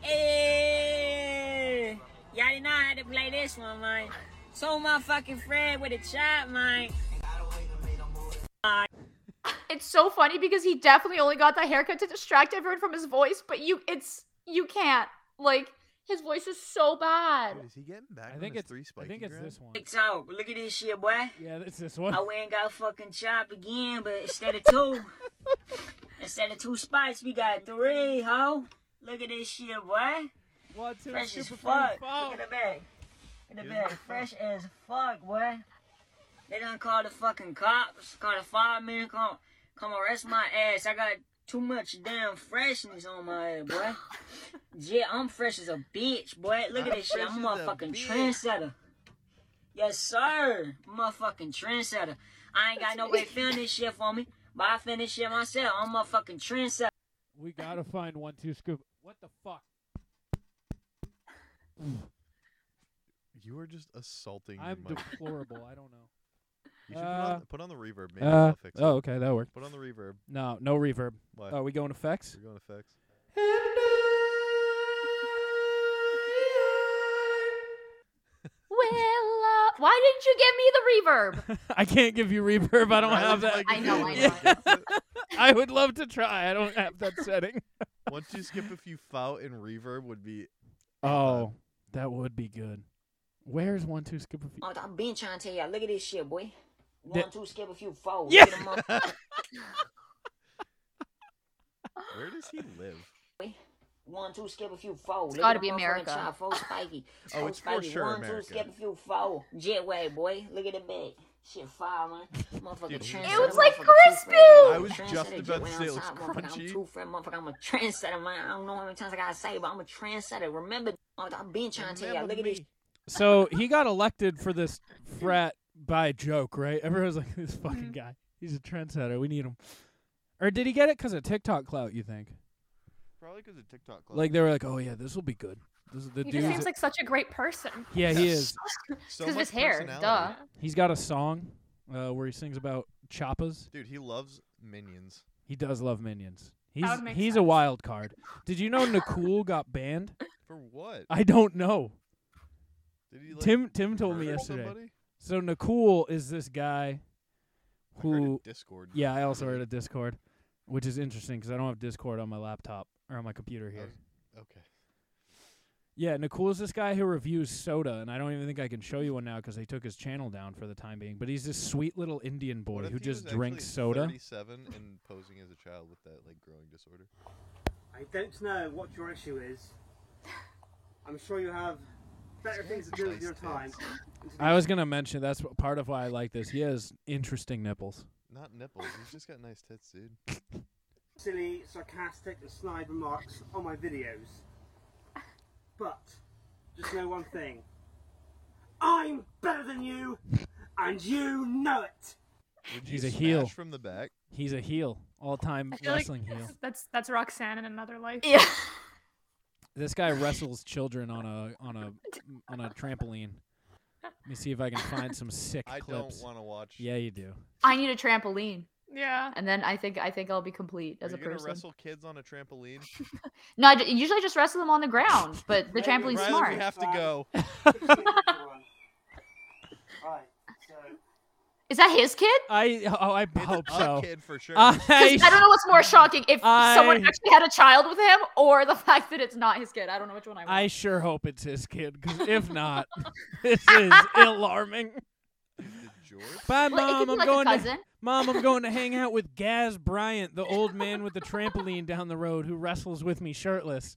Hey! Eh. Y'all didn't know I had to play this one, man. So motherfucking Fred with a chop, man. It's so funny because he definitely only got that haircut to distract everyone from his voice, but you it's you can't. Like his voice is so bad. Dude, is he getting back I on think his it's, three I spiky think it's grind? this one. Big talk. Look at this shit, boy. Yeah, it's this one. I went and got fucking chopped again, but instead of two, instead of two spots, we got three, ho. Look at this shit, boy. One, two, Fresh skip as a few, fuck. foe. Look at the bag. Look at the bag. Fresh as fuck, boy. They done called the fucking cops. Called the firemen. Come, come arrest my ass. I got too much damn freshness on my head, boy. yeah, I'm fresh as a bitch, boy. Look at I'm this shit. I'm a fresh as a motherfucking bitch. trendsetter. Yes, sir. Motherfucking trendsetter. I ain't got nobody feeling this shit for me, but I feel this shit myself. I'm a fucking trendsetter. We gotta find one, two, scoop. What the fuck? You are just assaulting your I'm mic. deplorable. I don't know. You should put, Uh, on, put on the reverb. Maybe Uh, that'll fix it. oh, okay, that worked. Put on the reverb. No, no reverb. Why? Are we going effects? We're going effects. Well, uh, why didn't you give me the reverb? I can't give you reverb. I don't have Riley's mic that. I is know, good. I Riley know. gets it. I would love to try. I don't have that setting. Once you skip a few fout and reverb would be Oh, that would be good. Where's one, two, skip a few? Oh, I've been trying to tell y'all. Look at this shit, boy. One, That- two, skip a few, four. Yeah. Get 'em up. where does he live? One, two, skip a few, four. It's gotta be America. Four spiky. Oh, Four it's for spiky. sure One, America. two, skip a few, four. Jetway, boy. Look at the bag. Shit, fire, man. Motherfucker, Dude, he- trendsetter, It's like motherfucker, two friend, I motherfucker, was just trendsetter, about to jetway say outside, it looks motherfucker, I'm crunchy. two friend, motherfucker. I'm a trendsetter, man. I don't know how many times I gotta say, but I'm a trendsetter. Remember, I've been trying to tell y'all. Look at this So he got elected for this frat by joke, right? Everyone's like, this Mm-hmm. fucking guy. He's a trendsetter. We need him. Or did he get it because of TikTok clout? You think? Probably because of TikTok. Like they were like, oh yeah, this will be good. This is the He dude's just seems like such a great person. yeah, he is. so 'Cause of much his hair, personality. duh. He's got a song uh, where he sings about choppas. Dude, he loves minions. He does love minions. He's would make he's a sense. wild card. Did you know Nakul got banned? For what? I don't know. Did he, Tim Tim told me murder yesterday. somebody? So Nakul is this guy I heard who it Discord. Yeah, I also heard a Discord, which is interesting because I don't have Discord on my laptop or on my computer here. Okay. Yeah, Nicole is this guy who reviews soda, and I don't even think I can show you one now because they took his channel down for the time being. But he's this sweet little Indian boy What if who he was just drinks actually soda. 37 and posing as a child with that like growing disorder. I don't know what your issue is. I'm sure you have better things to do with your time. I was gonna mention that's wh- part of why I like this. He has interesting nipples. Not nipples. He's just got nice tits, dude. Silly, sarcastic, and snide remarks on my videos. But just know one thing: I'm better than you, and you know it. Would He's you a heel. smash from the back? He's a heel, all time I feel like wrestling heel. that's that's Roxanne in another life. Yeah. This guy wrestles children on a on a on a trampoline. Let me see if I can find some sick I clips. don't want to watch. yeah, you do. I need a trampoline, Yeah. and then I think I think I'll be complete Are as you a gonna person. wrestle kids on a trampoline? No, I ju- usually I just wrestle them on the ground, but Right, the you're trampoline's Riley, smart. we have to go. right. So. Is that his kid? I oh I It's hope a so. kid for sure. I, 'Cause I don't know what's more shocking if someone I- actually had a child with him or the fact that it's not his kid. I don't know which one I want. I sure hope it's his kid, because if not, this is alarming. The jorts? Bye, Well, it could mom. be I'm like going a to cousin. mom. I'm going to hang out with Gaz Bryant, the old man with the trampoline down the road who wrestles with me shirtless.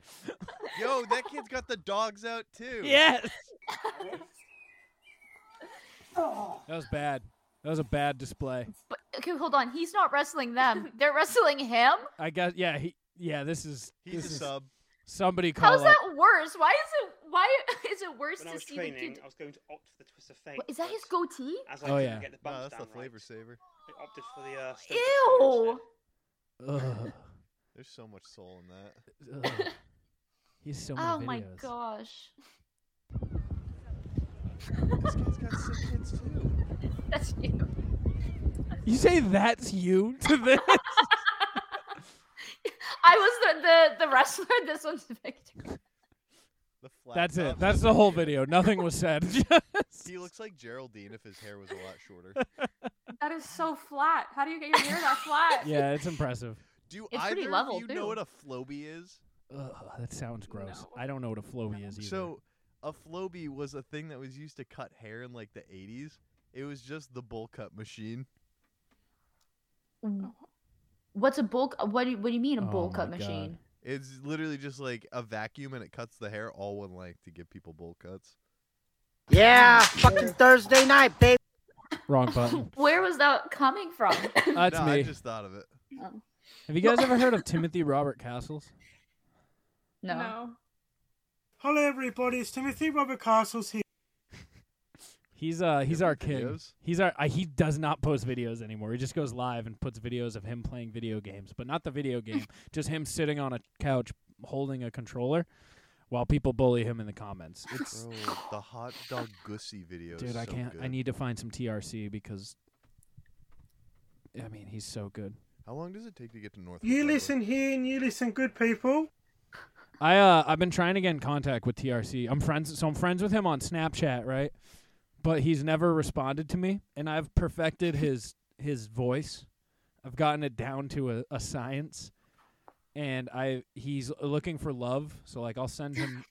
Yo, that kid's got the dogs out too. Yes. that was bad. That was a bad display. But okay, hold on. He's not wrestling them. They're wrestling him. I got yeah. He yeah. This is He's this a is sub. somebody call How's up. that worse? Why is it why is it worse When I to was see the training, kid? I was going to opt for the twist of fate. Wait, Is that but his goatee? As I Oh, couldn't yeah. get the No, bumps that's the down flavor Right, saver. I opted for the uh, stilted flavor Ew. instead. Ugh, There's so much soul in that. ugh. He's so many Oh videos. my gosh. This kid's got sick kids too. That's you. You say that's you to this? I was the the, the wrestler. This one's the victim. The flat that's top it. of That's the whole kid. video. Nothing was said. He looks like Geraldine if his hair was a lot shorter. That is so flat. How do you get your hair that flat? yeah, it's impressive. Do It's either pretty of level, you know too. what a floby is? Ugh, Oh, that sounds gross. No. I don't know what a floby is either. So, a floby was a thing that was used to cut hair in like the 80s. It was just the bowl cut machine. What's a bulk? What do you, what do you mean a Oh bowl cut my God. machine? It's literally just like a vacuum and it cuts the hair all one length to give people bowl cuts. Yeah, fucking Thursday night, baby. Wrong button. Where was that coming from? Oh. That's no, me. I just thought of it. Have you guys ever heard of Timothy Robert Castles? no. Hello, everybody. It's Timothy Robert Castles here. He's uh he's our Different king. videos? He's our uh, he does not post videos anymore. He just goes live and puts videos of him playing video games, but not the video game, just him sitting on a couch holding a controller while people bully him in the comments. It's Bro, the hot dog gussy video. is dude, I so can't. I good. need to find some TRC because I mean he's so good. How long does it take to get to North? You listen here and you listen, good people. I uh I've been trying to get in contact with TRC. I'm friends so I'm friends with him on Snapchat, right? But he's never responded to me and I've perfected his his voice. I've gotten it down to a, a science. And I he's looking for love, so like I'll send him,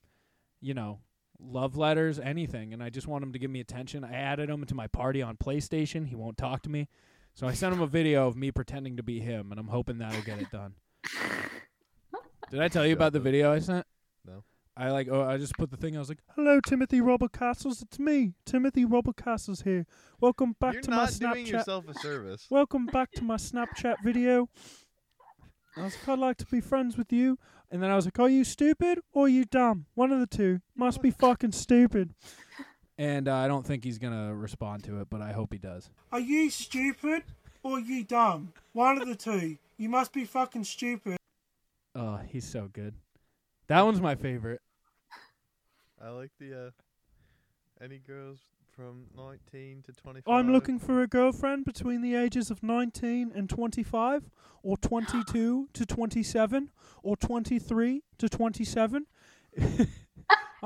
you know, love letters, anything, and I just want him to give me attention. I added him to my party on PlayStation. He won't talk to me. So I sent him a video of me pretending to be him and I'm hoping that'll get it done. Did I tell you Shut about the up. video I sent? No. I like oh I just put the thing I was like, "Hello Timothy Robert Castles, it's me. Timothy Robert Castles here. Welcome back You're to my not Snapchat. doing yourself a service. Welcome back to my Snapchat video." I was like, "I'd like to be friends with you." And then I was like, "Are you stupid or you dumb? One of the two. Must be fucking stupid." And uh, I don't think he's going to respond to it, but I hope he does. Are you stupid or you dumb? One of the two. You must be fucking stupid. Oh, he's so good. That one's my favorite. I like the uh, any girls from 19 to 25. I'm looking for a girlfriend between the ages of 19 and 25, or 22 to 27, or 23 to 27.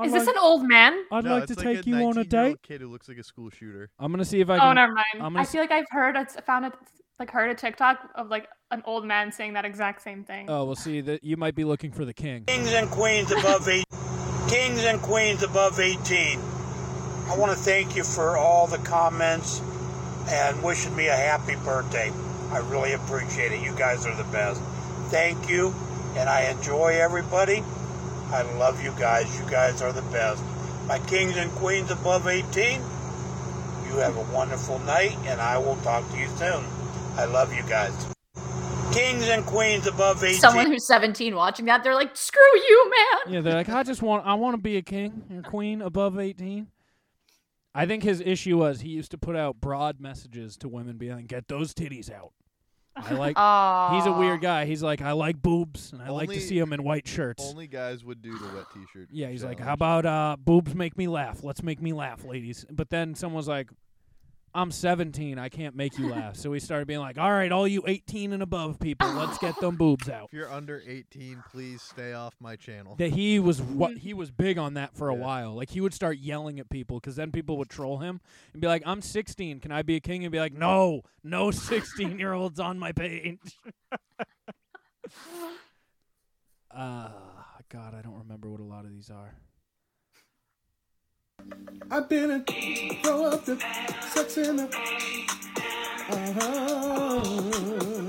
Is this an old man? I'd No, like to it's like take you on a 19-year-old date. Kid who looks like a school shooter. I'm gonna see if I oh, can. never mind. I'm gonna I feel like I've heard, I found it, like heard a TikTok of like an old man saying that exact same thing. Oh, we'll see. That you might be looking for the king. Kings and queens above eight. Kings and queens above 18. I want to thank you for all the comments and wishing me a happy birthday. I really appreciate it. You guys are the best. Thank you, and I enjoy everybody. I love you guys. You guys are the best. My kings and queens above 18. You have a wonderful night, and I will talk to you soon. I love you guys. Kings and queens above 18. Someone who's 17 watching that, they're like, screw you, man. Yeah, they're like, I just want, I want to be a king or queen above 18. I think his issue was he used to put out broad messages to women, being like, "Get those titties out." I like. He's a weird guy. He's like, I like boobs, and I like to Only- see them in white shirts. Only guys would do the wet t-shirt. yeah, he's like, how challenge. about uh, boobs make me laugh? Let's make me laugh, ladies. But then someone's like, I'm 17. I can't make you laugh. so he started being like, all right, all you 18 and above people, let's get them boobs out. If you're under 18, please stay off my channel. that he was what he was big on that for a Yeah. while. Like he would start yelling at people because then people would troll him and be like, "I'm 16, can I be a king?" And be like, "No, no 16 year olds on my page." uh God, I don't remember what a lot of these are. I've been a throw up the sex in the. Oh,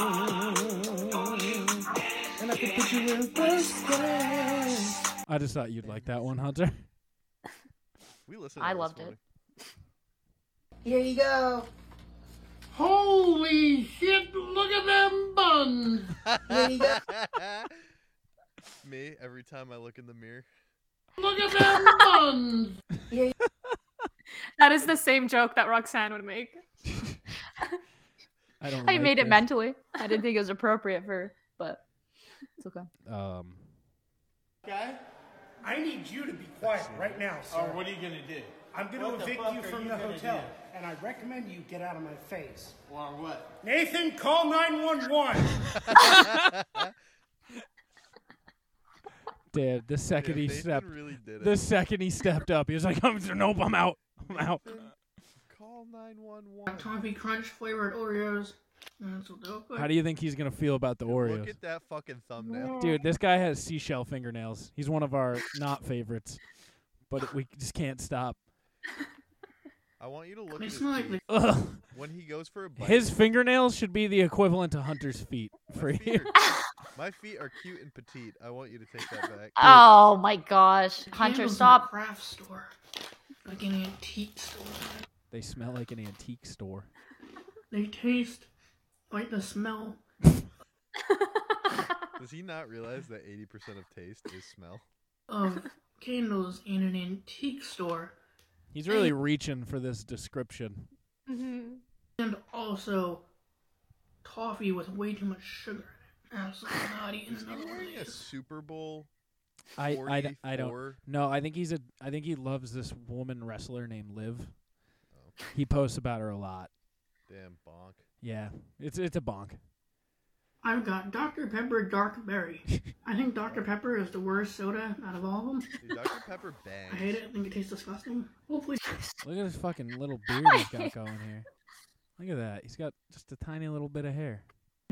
Uh-huh. and I can put you in first class. I just thought you'd like that one, Hunter. We listened. I loved it. Here you go. Holy shit, look at them buns. Here you go. Me every time I look in the mirror. Look at them buns. Here you That is the same joke that Roxanne would make. I don't. I like made it this. mentally. I didn't think it was appropriate for, but it's okay. Um, Guy, I need you to be quiet right now, sir. Oh, what are you gonna do? I'm going What to the evict fuck you are from you the gonna hotel, do? and I recommend you get out of my face. Or what? Nathan, call 911. dude, the second he Nathan stepped, really did the it. second he stepped up, he was like, "I'm nope, I'm out, I'm out." Call 911. go. Toffee Crunch flavored Oreos. That's what they'll put. How do you think he's gonna feel about the Oreos? Look at that fucking thumbnail. Oh. Dude, this guy has seashell fingernails. He's one of our not favorites, but we just can't stop. I want you to look They at his smell like teeth. Ugh. when he goes for a bite. His fingernails should be the equivalent to Hunter's feet for feet you. are- my feet are cute and petite. I want you to take that back. Oh my gosh. Hunter, Candles in a stop. craft store. Like an antique store. They smell like an antique store. They taste like the smell. Does he not realize that 80% of taste is smell? of candles in an antique store He's really reaching for this description. Mm-hmm. and also toffee with way too much sugar. Absolutely naughty in Is he another wearing a place. Super Bowl? I, I, d- I don't 44? no I think he's a I think he loves this woman wrestler named Liv. He posts about her a lot. Damn bonk. Yeah, it's it's a bonk. I've got Dr. Pepper Dark Berry. I think Dr. Pepper is the worst soda out of all of them. Dude, Dr. Pepper I hate bangs. it. I think it tastes disgusting. Hopefully, Look at this fucking little beard he's got going here. Look at that. He's got just a tiny little bit of hair.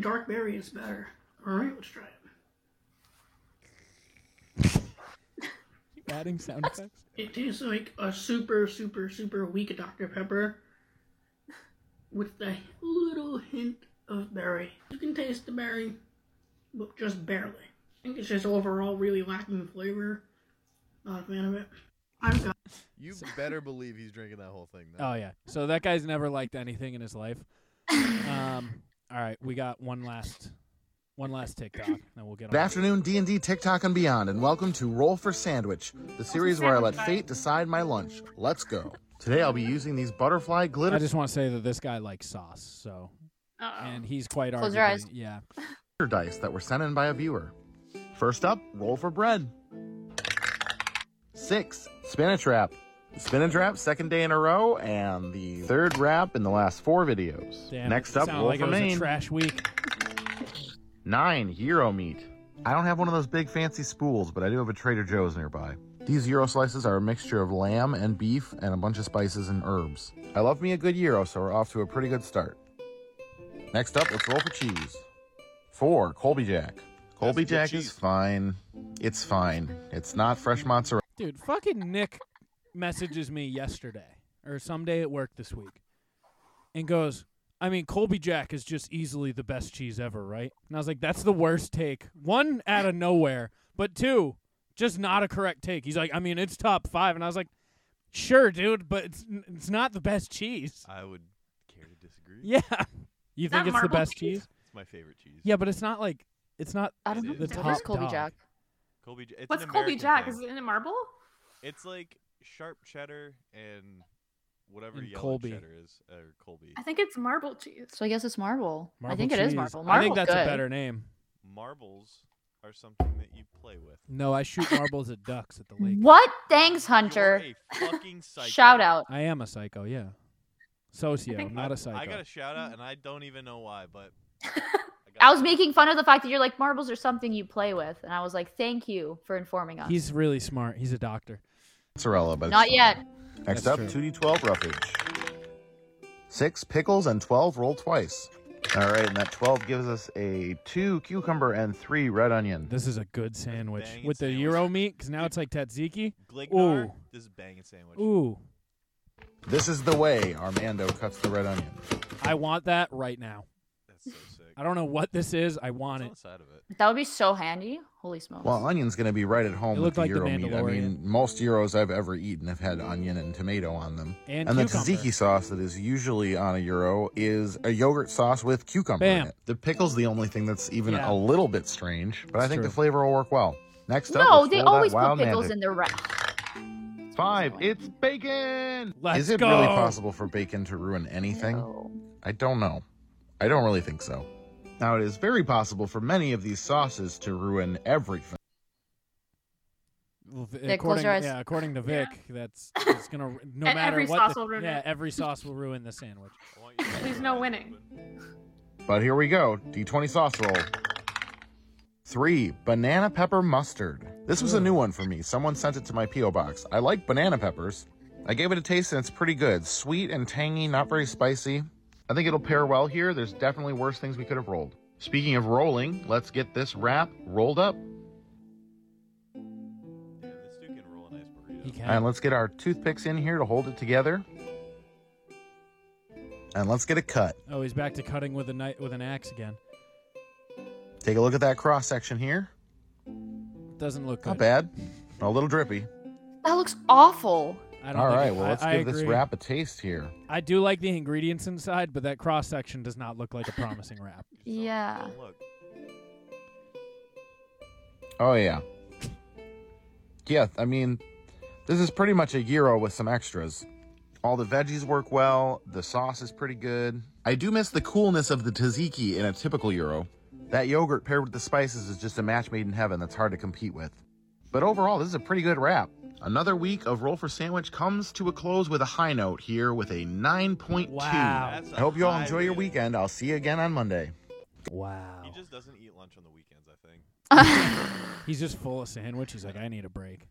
Dark Berry is better. Alright, let's try it. Keep adding sound effects. It tastes like a super, super, super weak Dr. Pepper with a little hint of berry. You can taste the berry, but just barely. I think it's just overall really lacking flavor. Not a fan of it. I've got You better believe he's drinking that whole thing. Though. Oh yeah. So that guy's never liked anything in his life. Um. All right, we got one last, one last TikTok, and then we'll get. Good on. afternoon, D&D, TikTok, and beyond, and welcome to Roll for Sandwich, the series where I let fate decide my lunch. Let's go. Today I'll be using these butterfly glitter... I just want to say that this guy likes sauce, so, and he's quite Close your arguably- eyes. Yeah. dice that were sent in by a viewer. First up, roll for bread. Six, spinach wrap. Spinach wrap, second day in a row, and the third wrap in the last four videos. Damn, Next it up, sounded roll like for it was a main. trash week. Nine, hero meat. I don't have one of those big fancy spools, but I do have a Trader Joe's nearby. These gyro slices are a mixture of lamb and beef and a bunch of spices and herbs. I love me a good gyro, so we're off to a pretty good start. Next up, let's roll for cheese. Four, Colby Jack. Colby Jack is fine. It's fine. It's not fresh mozzarella. Dude, fucking Nick messages me yesterday or someday at work this week and goes, I mean, Colby Jack is just easily the best cheese ever, right? And I was like, that's the worst take. One, out of nowhere, but two, just not a correct take. He's like, I mean, it's top five. And I was like, sure, dude, but it's, it's not the best cheese. I would care to disagree. Yeah. You think it's the best cheese? It's my favorite cheese. Yeah, but it's not like, it's not I don't know. the top What is Colby dog. Jack? Colby, J- it's an What's Colby American Jack? thing. Is it in a marble? It's like sharp cheddar and whatever And yellow Colby. cheddar is, or Colby. I think it's marble cheese. So I guess it's Marble. I Marble think it is cheese. Marble. I think Marble's that's a good. better name. Marbles are something that you play with. No, I shoot marbles at ducks at the lake. What? Thanks, Hunter. Fucking psycho. Shout out. I am a psycho, yeah. Socio, not a psycho. I got a shout Mm. out, and I don't even know why, but I was making fun of the fact that you're like marbles are something you play with, and I was like, "Thank you for informing us." He's really smart. He's a doctor. Mozzarella, but it's Not yet. Next up, 2d12 roughage. Six pickles and 12 roll twice. All right, and that 12 gives us a two cucumber and three red onion. This is a good sandwich with the euro meat, because now it's like tzatziki. Glignar, this is banging sandwich. Ooh, ooh, This is the way Armando cuts the red onion. I want that right now. That's so sick. I don't know what this is. I want it. That would be so handy. Holy smokes! Well, onion's going to be right at home It with looked the like the gyro meat. I mean, Mandalorian. most gyros I've ever eaten have had onion and tomato on them. And the cucumber. tzatziki sauce that is usually on a gyro is a yogurt sauce with cucumber in Bam. it. The pickle's the only thing that's even Yeah. a little bit strange, but I It's think true. the flavor will work well. Next up, no, let's they roll that always put wild pickles magic. in their wrap. Five. It's bacon. Let's is it go. really possible for bacon to ruin anything? I don't know. I don't really think so. Now it is very possible for many of these sauces to ruin everything. Well, v- Vic, close according, your eyes. yeah, according to Vic, that's it's gonna r- no And matter every what. sauce the- will ruin yeah, it. every sauce will ruin the sandwich. There's no winning. But here we go. D20 sauce roll. Three. Banana pepper mustard. This was a new one for me. Someone sent it to my P.O. box. I like banana peppers. I gave it a taste and it's pretty good. Sweet and tangy, not very spicy. I think it'll pair well here. There's definitely worse things we could have rolled. Speaking of rolling, let's get this wrap rolled up. He can. And let's get our toothpicks in here to hold it together. And let's get a cut. Oh, he's back to cutting with a knife with an axe again. Take a look at that cross section here. Doesn't look good. Not bad. A little drippy. That looks awful. I don't All think right, it- well, I- let's I give this agree. wrap a taste here. I do like the ingredients inside, but that cross section does not look like a promising wrap. Yeah. Oh, yeah. Yeah, I mean, this is pretty much a gyro with some extras. All the veggies work well. The sauce is pretty good. I do miss the coolness of the tzatziki in a typical gyro. That yogurt paired with the spices is just a match made in heaven that's hard to compete with. But overall, this is a pretty good wrap. Another week of Roll for Sandwich comes to a close with a high note here with a 9.2. Wow. That's a I hope you all high enjoy your weekend. I'll see you again on Monday. Wow. He just doesn't eat lunch on the weekends, I think. He's just full of sandwich. He's like, I need a break.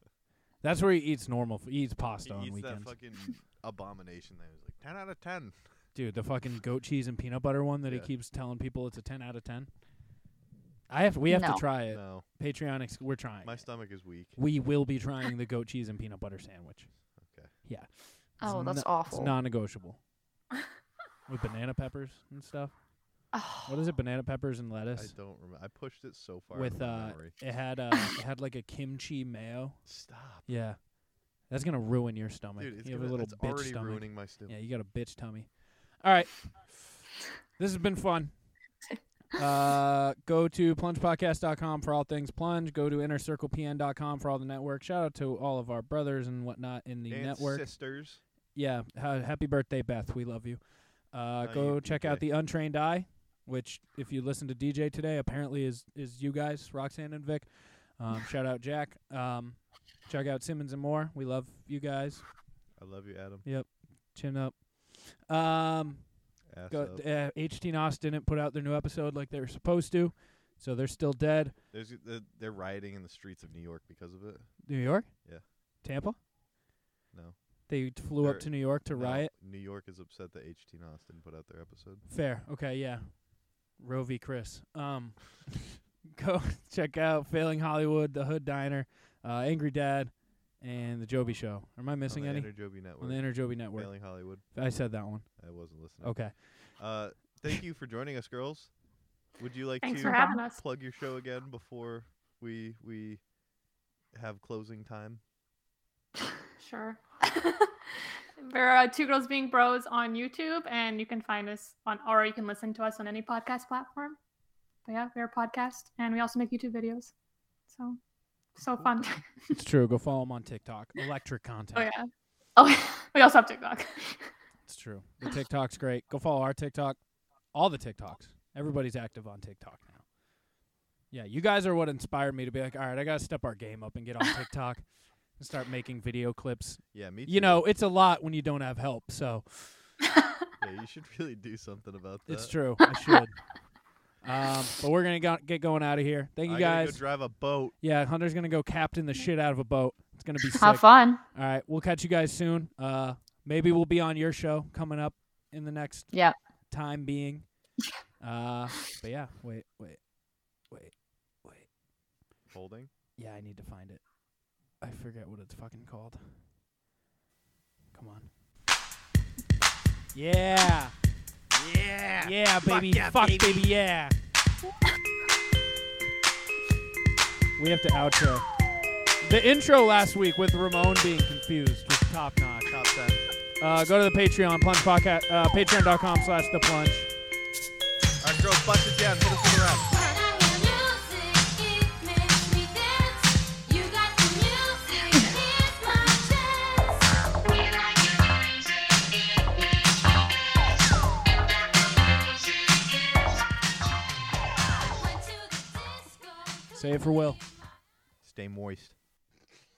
That's where he eats normal. f- He eats pasta he on eats weekends. that fucking abomination that was like 10 out of 10. Dude, the fucking goat cheese and peanut butter one that he keeps telling people it's a ten out of ten. I have. We have No. to try it. No. Patreon. Ex- we're trying. My stomach is weak. We will be trying the goat cheese and peanut butter sandwich. Okay. Yeah. It's Oh, that's no- awful. It's non-negotiable. With banana peppers and stuff. Oh. What is it? Banana peppers and I lettuce. don't remember. I pushed it so far. with into my uh, memory. it had uh, it had like a kimchi mayo. Stop. Yeah, that's gonna ruin your stomach. Dude, it's you have gonna- a little it's bitch already stomach. ruining my stomach. Yeah, you got a bitch tummy. All right, this has been fun. Uh, go to plungepodcast.com for all things plunge. Go to innercirclepn.com for all the network. Shout out to all of our brothers and whatnot in the And network. sisters. Yeah, ha- happy birthday, Beth. We love you. Uh, Oh, go you- check out the Untrained Eye, which if you listen to DJ today, apparently is is you guys, Roxanne and Vic. Um, shout out Jack. Um, check out Simmons and More. We love you guys. I love you, Adam. Yep, chin up. Um, Ass go, up. Uh, HT Nos didn't put out their new episode like they were supposed to, so they're still dead. There's, uh, they're rioting in the streets of New York because of it. New York. Yeah. Tampa? No. They flew Or- up to New York to no, riot. New York is upset that HT Nos didn't put out their episode. Fair. Okay, yeah. Roe v. Chris. Um, go check out Failing Hollywood, The Hood Diner, uh, Angry Dad, and The Joby Show. Am I missing the any? Interjoby On the Network. Interjoby Network. Failing Hollywood. I said that one. I wasn't listening. Okay. Uh, thank you for joining us, girls. Would you like Thanks to for having us. plug your show again before we we have closing time? Sure. We're uh, Two Girls Being Bros on YouTube, and you can find us on, or you can listen to us on any podcast platform. But yeah, we're a podcast, and we also make YouTube videos. So, so fun. it's true. Go follow them on TikTok. Electric content. oh, yeah. Oh, we also have TikTok. It's true. The TikTok's great. Go follow our TikTok. All the TikToks. Everybody's active on TikTok now. Yeah, you guys are what inspired me to be like, all right, I gotta step our game up and get on TikTok and start making video clips. Yeah, me too. You know, it's a lot when you don't have help, so yeah, you should really do something about that. it's true. I should. Um, but we're gonna go- get going out of here. Thank you I gotta guys. go drive a boat. Yeah, Hunter's gonna go captain the shit out of a boat. It's gonna be Have sick. fun. All right, we'll catch you guys soon. Uh, maybe we'll be on your show coming up in the next Yeah. time being. Uh, but yeah, wait, wait, wait. Holding. Yeah, I need to find it. I forget what it's fucking called. Come on. Yeah. Yeah. Yeah, baby. yeah, Fuck, baby. baby. Yeah. We have to outro. The intro last week with Ramon being confused was top notch. Top ten. Uh, go to the Patreon, plunge podcast, uh, patreon.com slash the plunge. All right, girls, bust it down. Hit us with a rap. Say it for Will. Stay moist.